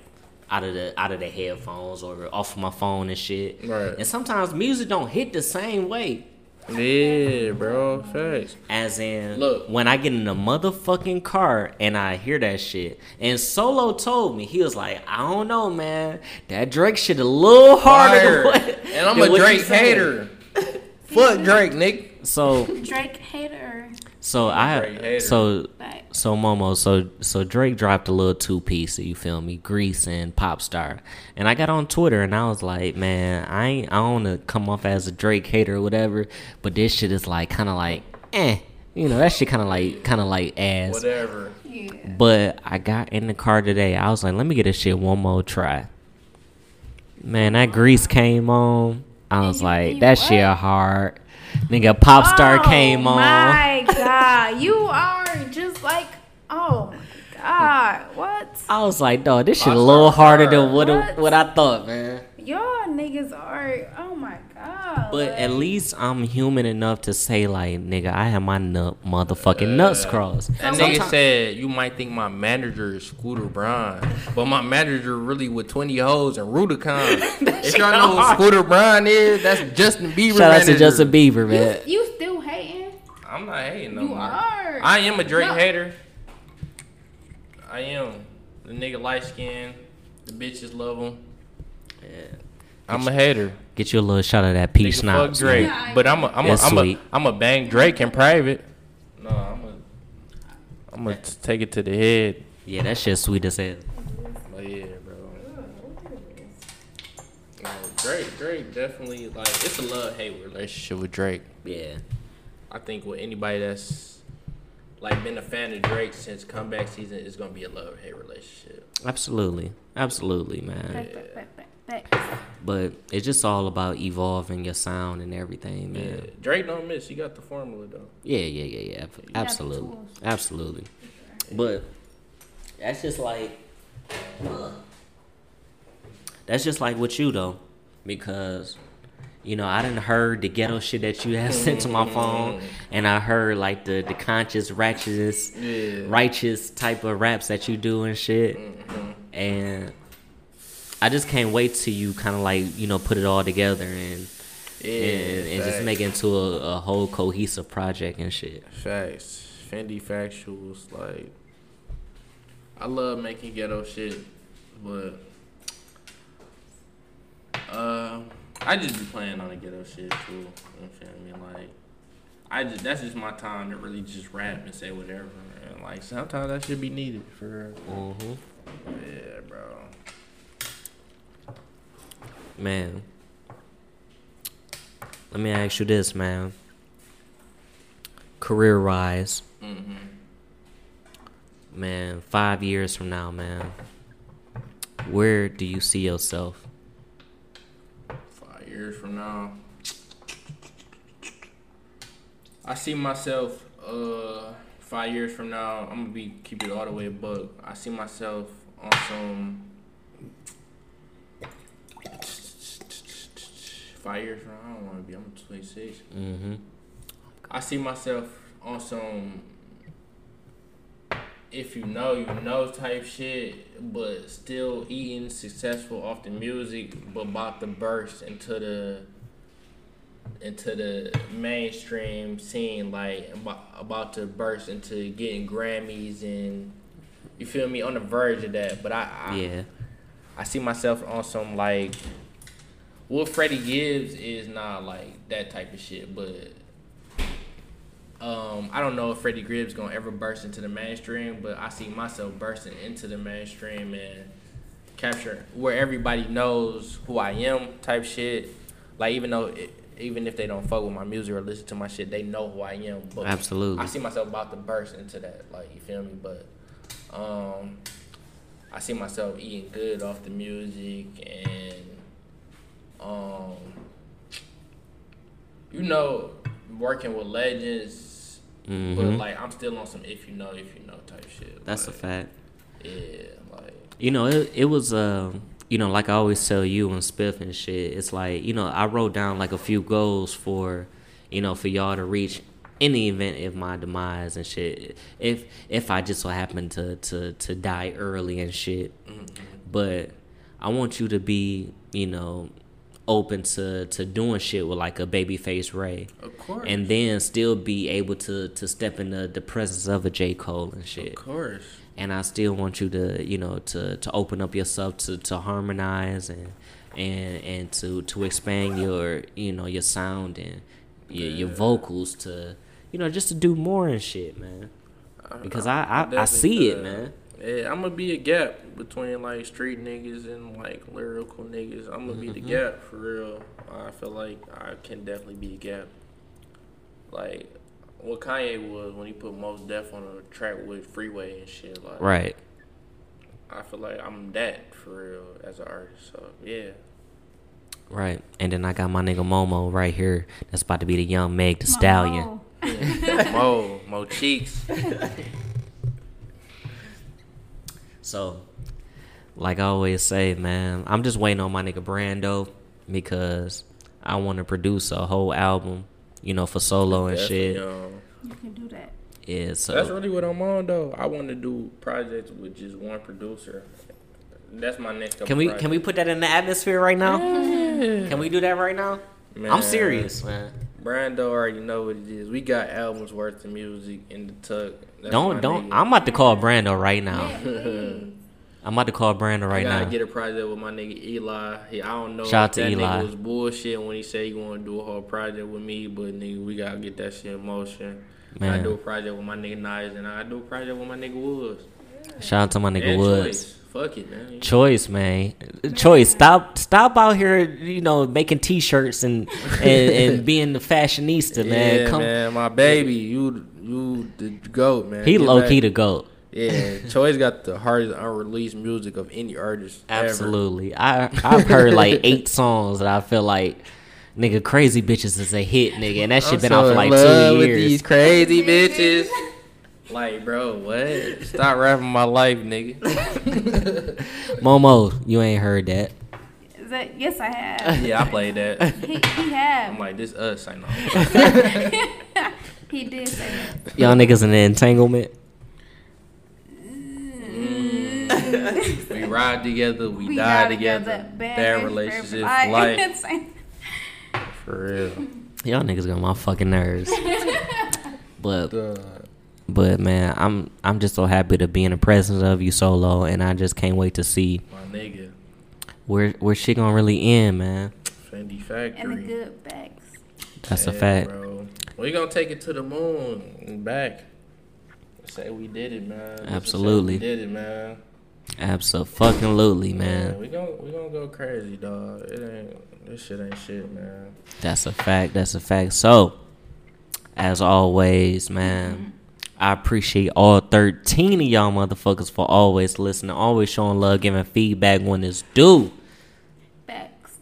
out of the out of the headphones or off of my phone and shit. Right. And sometimes music don't hit the same way Yeah, bro. Facts. as in, Look. when I get in a motherfucking car and I hear that shit. And Solo told me he was like, I don't know, man. That Drake shit a little harder. than Fire. what- And I'm than a what you Drake said." hater. Fuck Drake, Nick. So, Drake hater. so Drake I, hater. so, Like, so Momo, so, so Drake dropped a little two piece. You feel me? Grease and Popstar. And I got on Twitter and I was like, man, I ain't, I don't wanna come off as a Drake hater or whatever. But this shit is like, kind of like, eh. You know that shit kind of like, kind of like ass. Whatever. yeah. But I got in the car today. I was like, let me get this shit one more try. Man, that grease came on. I was you- like, you that what? shit hard. Nigga, pop star came on. Oh My God, you are just like, oh my God, what? I was like, dog, this shit a Popstar little was harder than hard. what What? what I thought, man. Y'all niggas are, oh my God. But like- at least I'm human enough to say, like, nigga, I have my nut motherfucking nuts crossed. That nigga said, "You might think my manager is Scooter Braun, but my manager really with twenty hoes and Rudicon. if y'all know who Scooter Braun is, that's Justin Bieber. Shout out manager. to Justin Bieber, man. you still hating? I'm not hating no You more. are. I am a Drake No. hater. I am. The nigga light skin. The bitches love him. I'm a hater. Get you a little shot of that peach Nigga, fuck schnapps. man. Drake. Yeah, I But I'm a I'm a That's I'm a, sweet. I'm a bang Drake in private. No, I'm a I'm gonna take it to the head. Yeah, that shit sweet as hell. But yeah, bro. No, Drake, Drake definitely like it's a love hate relationship with Drake. Yeah. I think with anybody that's like been a fan of Drake since comeback season, it's gonna be a love hate relationship. Absolutely. Absolutely, man. Back, back, back, back, back. But it's just all about evolving your sound and everything, man. Drake don't miss. He got the formula though. Yeah, yeah, yeah, yeah. ab- Absolutely. tools. Absolutely. But that's just like that's just like with you though. Because you know, I done heard the ghetto shit that you have sent to my phone and I heard like the, the conscious righteous righteous type of raps that you do and shit. And I just can't wait till you kind of like you know put it all together and and, and just facts. make it into a, a whole cohesive project and shit. Facts. Fendi factuals. Like, I love making ghetto shit, but uh, I just be playing on the ghetto shit too. You know what I mean? Like, I just that's just my time to really just rap and say whatever. And like sometimes that should be needed for real. Mm-hmm. Yeah, bro. man. Let me ask you this, man. Career wise, man, five years from now, man, where do you see yourself? Five years from now, I see myself. Uh, five years from now, I'm gonna be keep it all the way a buck. I see myself on some. Five years from now, I don't want to be. I'm 26. Mm-hmm. I see myself on some if you know, you know type shit, but still eating successful off the music, but about to burst into the into the mainstream scene, like about, about to burst into getting Grammys and you feel me on the verge of that. But I, I Yeah. I see myself on some like what Freddie Gibbs is not like that type of shit, but um, I don't know if Freddie Gibbs gonna ever burst into the mainstream, but I see myself bursting into the mainstream and capture where everybody knows who I am type shit. Like even though it, even if they don't fuck with my music or listen to my shit, they know who I am. But Absolutely. I see myself about to burst into that. Like you feel me? But um, I see myself eating good off the music and um you know working with legends but Mhm. like I'm still on some if you know if you know type shit. That's a like, fact. Yeah, like You know, it, it was, uh, you know, like I always tell you and Spiff and shit, it's like, you know, I wrote down like a few goals for, you know, for y'all to reach in the event of my demise and shit. If if I just so happen to to to die early and shit. Mm-hmm. But I want you to be, you know, open to to doing shit with like a babyface Ray. Of course. And then still be able to to step into the presence of a J. Cole and shit course. and I still want you to you know to to open up yourself to to harmonize and and and to to expand your you know your sound and your, your vocals to you know just to do more and shit man because I I, I see it man Yeah, I'm gonna Eh, be a gap between like street niggas and like lyrical niggas. I'm gonna be the Mm-hmm. gap for real. I feel like I can definitely be a gap. Like what Kanye was when he put Most Def on a track with Freeway and shit. Like right I feel like I'm that for real as an artist. So yeah, right and then I got my nigga Momo right here that's about to be the young Meg the Stallion Oh, Mo Mo Cheeks. So, like I always say, man, I'm just waiting on my nigga Brando because I want to produce a whole album, you know, for solo and Definitely, shit. um, you can do that. Yeah, so That's really what I'm on though. I want to do projects with just one producer. That's my next. couple can we projects. can we put that in the atmosphere right now? Can we do that right now? I'm Man. serious, man. Brando already know what it is. We got albums worth of music in the tuck. That's my Don't don't. nigga. I'm about to call Brando right now. Yeah, please. I'm about to call Brando I right gotta now. get a project with my nigga Eli. He, I don't know. Shout if out to that Eli. Nigga was bullshit when he said he want to do a whole project with me, but nigga, we gotta get that shit in motion. I Man. do a project with my nigga Nice, and I do a project with my nigga Woods. Shout out to my nigga And Woods. Choice. Fuck it, man. Choice, man. Choice. Stop stop out here, you know, making t shirts and, and and being the fashionista, man. yeah, Come man, my baby, you you the goat, man. He Get low back. key the goat. Yeah, Choice got the hardest unreleased music of any artist. ever. Absolutely. I I've heard like eight songs that I feel like nigga crazy bitches is a hit nigga and that shit I'm been so out for in like love two with years. these crazy bitches. like, bro, what? Stop rapping my life, nigga. Momo, you ain't heard that. Is that yes, I have. yeah, I played that. He he I'm have. like, this us, I know. he did say that. Y'all niggas in an entanglement. we ride together, we, We die got together. Bad, relationship, life. For real. Y'all niggas got my fucking nerves. but but man, I'm I'm just so happy to be in the presence of you solo and I just can't wait to see My nigga, where where shit gonna really end, man. Fendi and the Factory. good facts. That's a Yeah, fact. Bro. We gonna take it to the moon and back. Say we did it, man. Say Absolutely. We did it, man. Absolutely, Yeah, man. we gon' we gonna go crazy, dog. It ain't this shit ain't shit, man. That's a fact. That's a fact. So, as always, man, I appreciate all 13 of y'all motherfuckers for always listening, always showing love, giving feedback when it's due. Facts.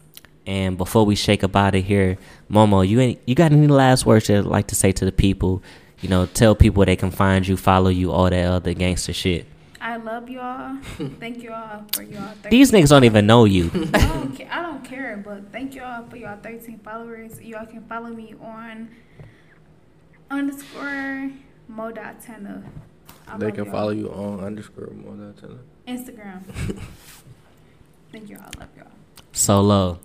And before we shake up out of here, Momo, you ain't you got any last words you'd like to say to the people? You know, tell people they can find you, follow you, all that other gangster shit. I love y'all. Thank y'all for y'all. 13. These niggas don't even know you. I don't, ca- I don't care, but thank y'all for y'all 13 followers. Y'all can follow me on underscore mo.tenna. I They love can y'all. follow you on underscore more than ten. Instagram. thank y'all. I love y'all. Solo,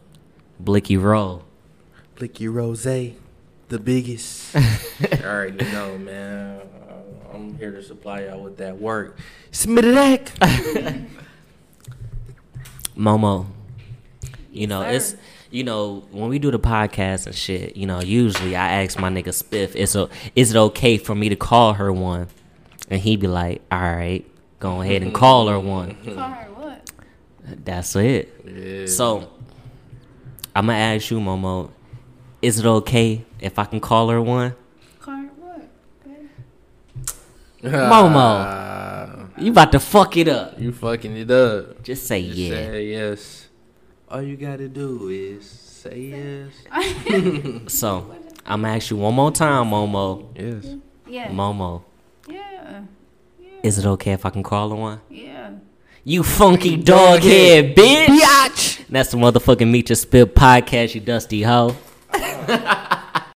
Blicky Roll. Blicky Rose, the biggest. already know, man. I'm here to supply y'all with that work. Smidak. Momo. You know, sir. it's you know, when we do the podcast and shit, you know, usually I ask my nigga Spiff, is a, is it okay for me to call her one? And he be like, All right, go ahead and call her Mm. one. Call her what? That's it. Yeah. So I'm gonna ask you, Momo, is it okay if I can call her one? Call her what? babe? Momo, you about to fuck it up? you fucking it up. Just say Just yeah. Say yes. All you gotta do is say yes. So I'm gonna ask you one more time, Momo. Yes. Yeah. Momo, yeah. Yeah. is it okay if I can call her one? yeah. You funky dog head bitch. That's the motherfucking Meet Your Spit podcast, you dusty hoe.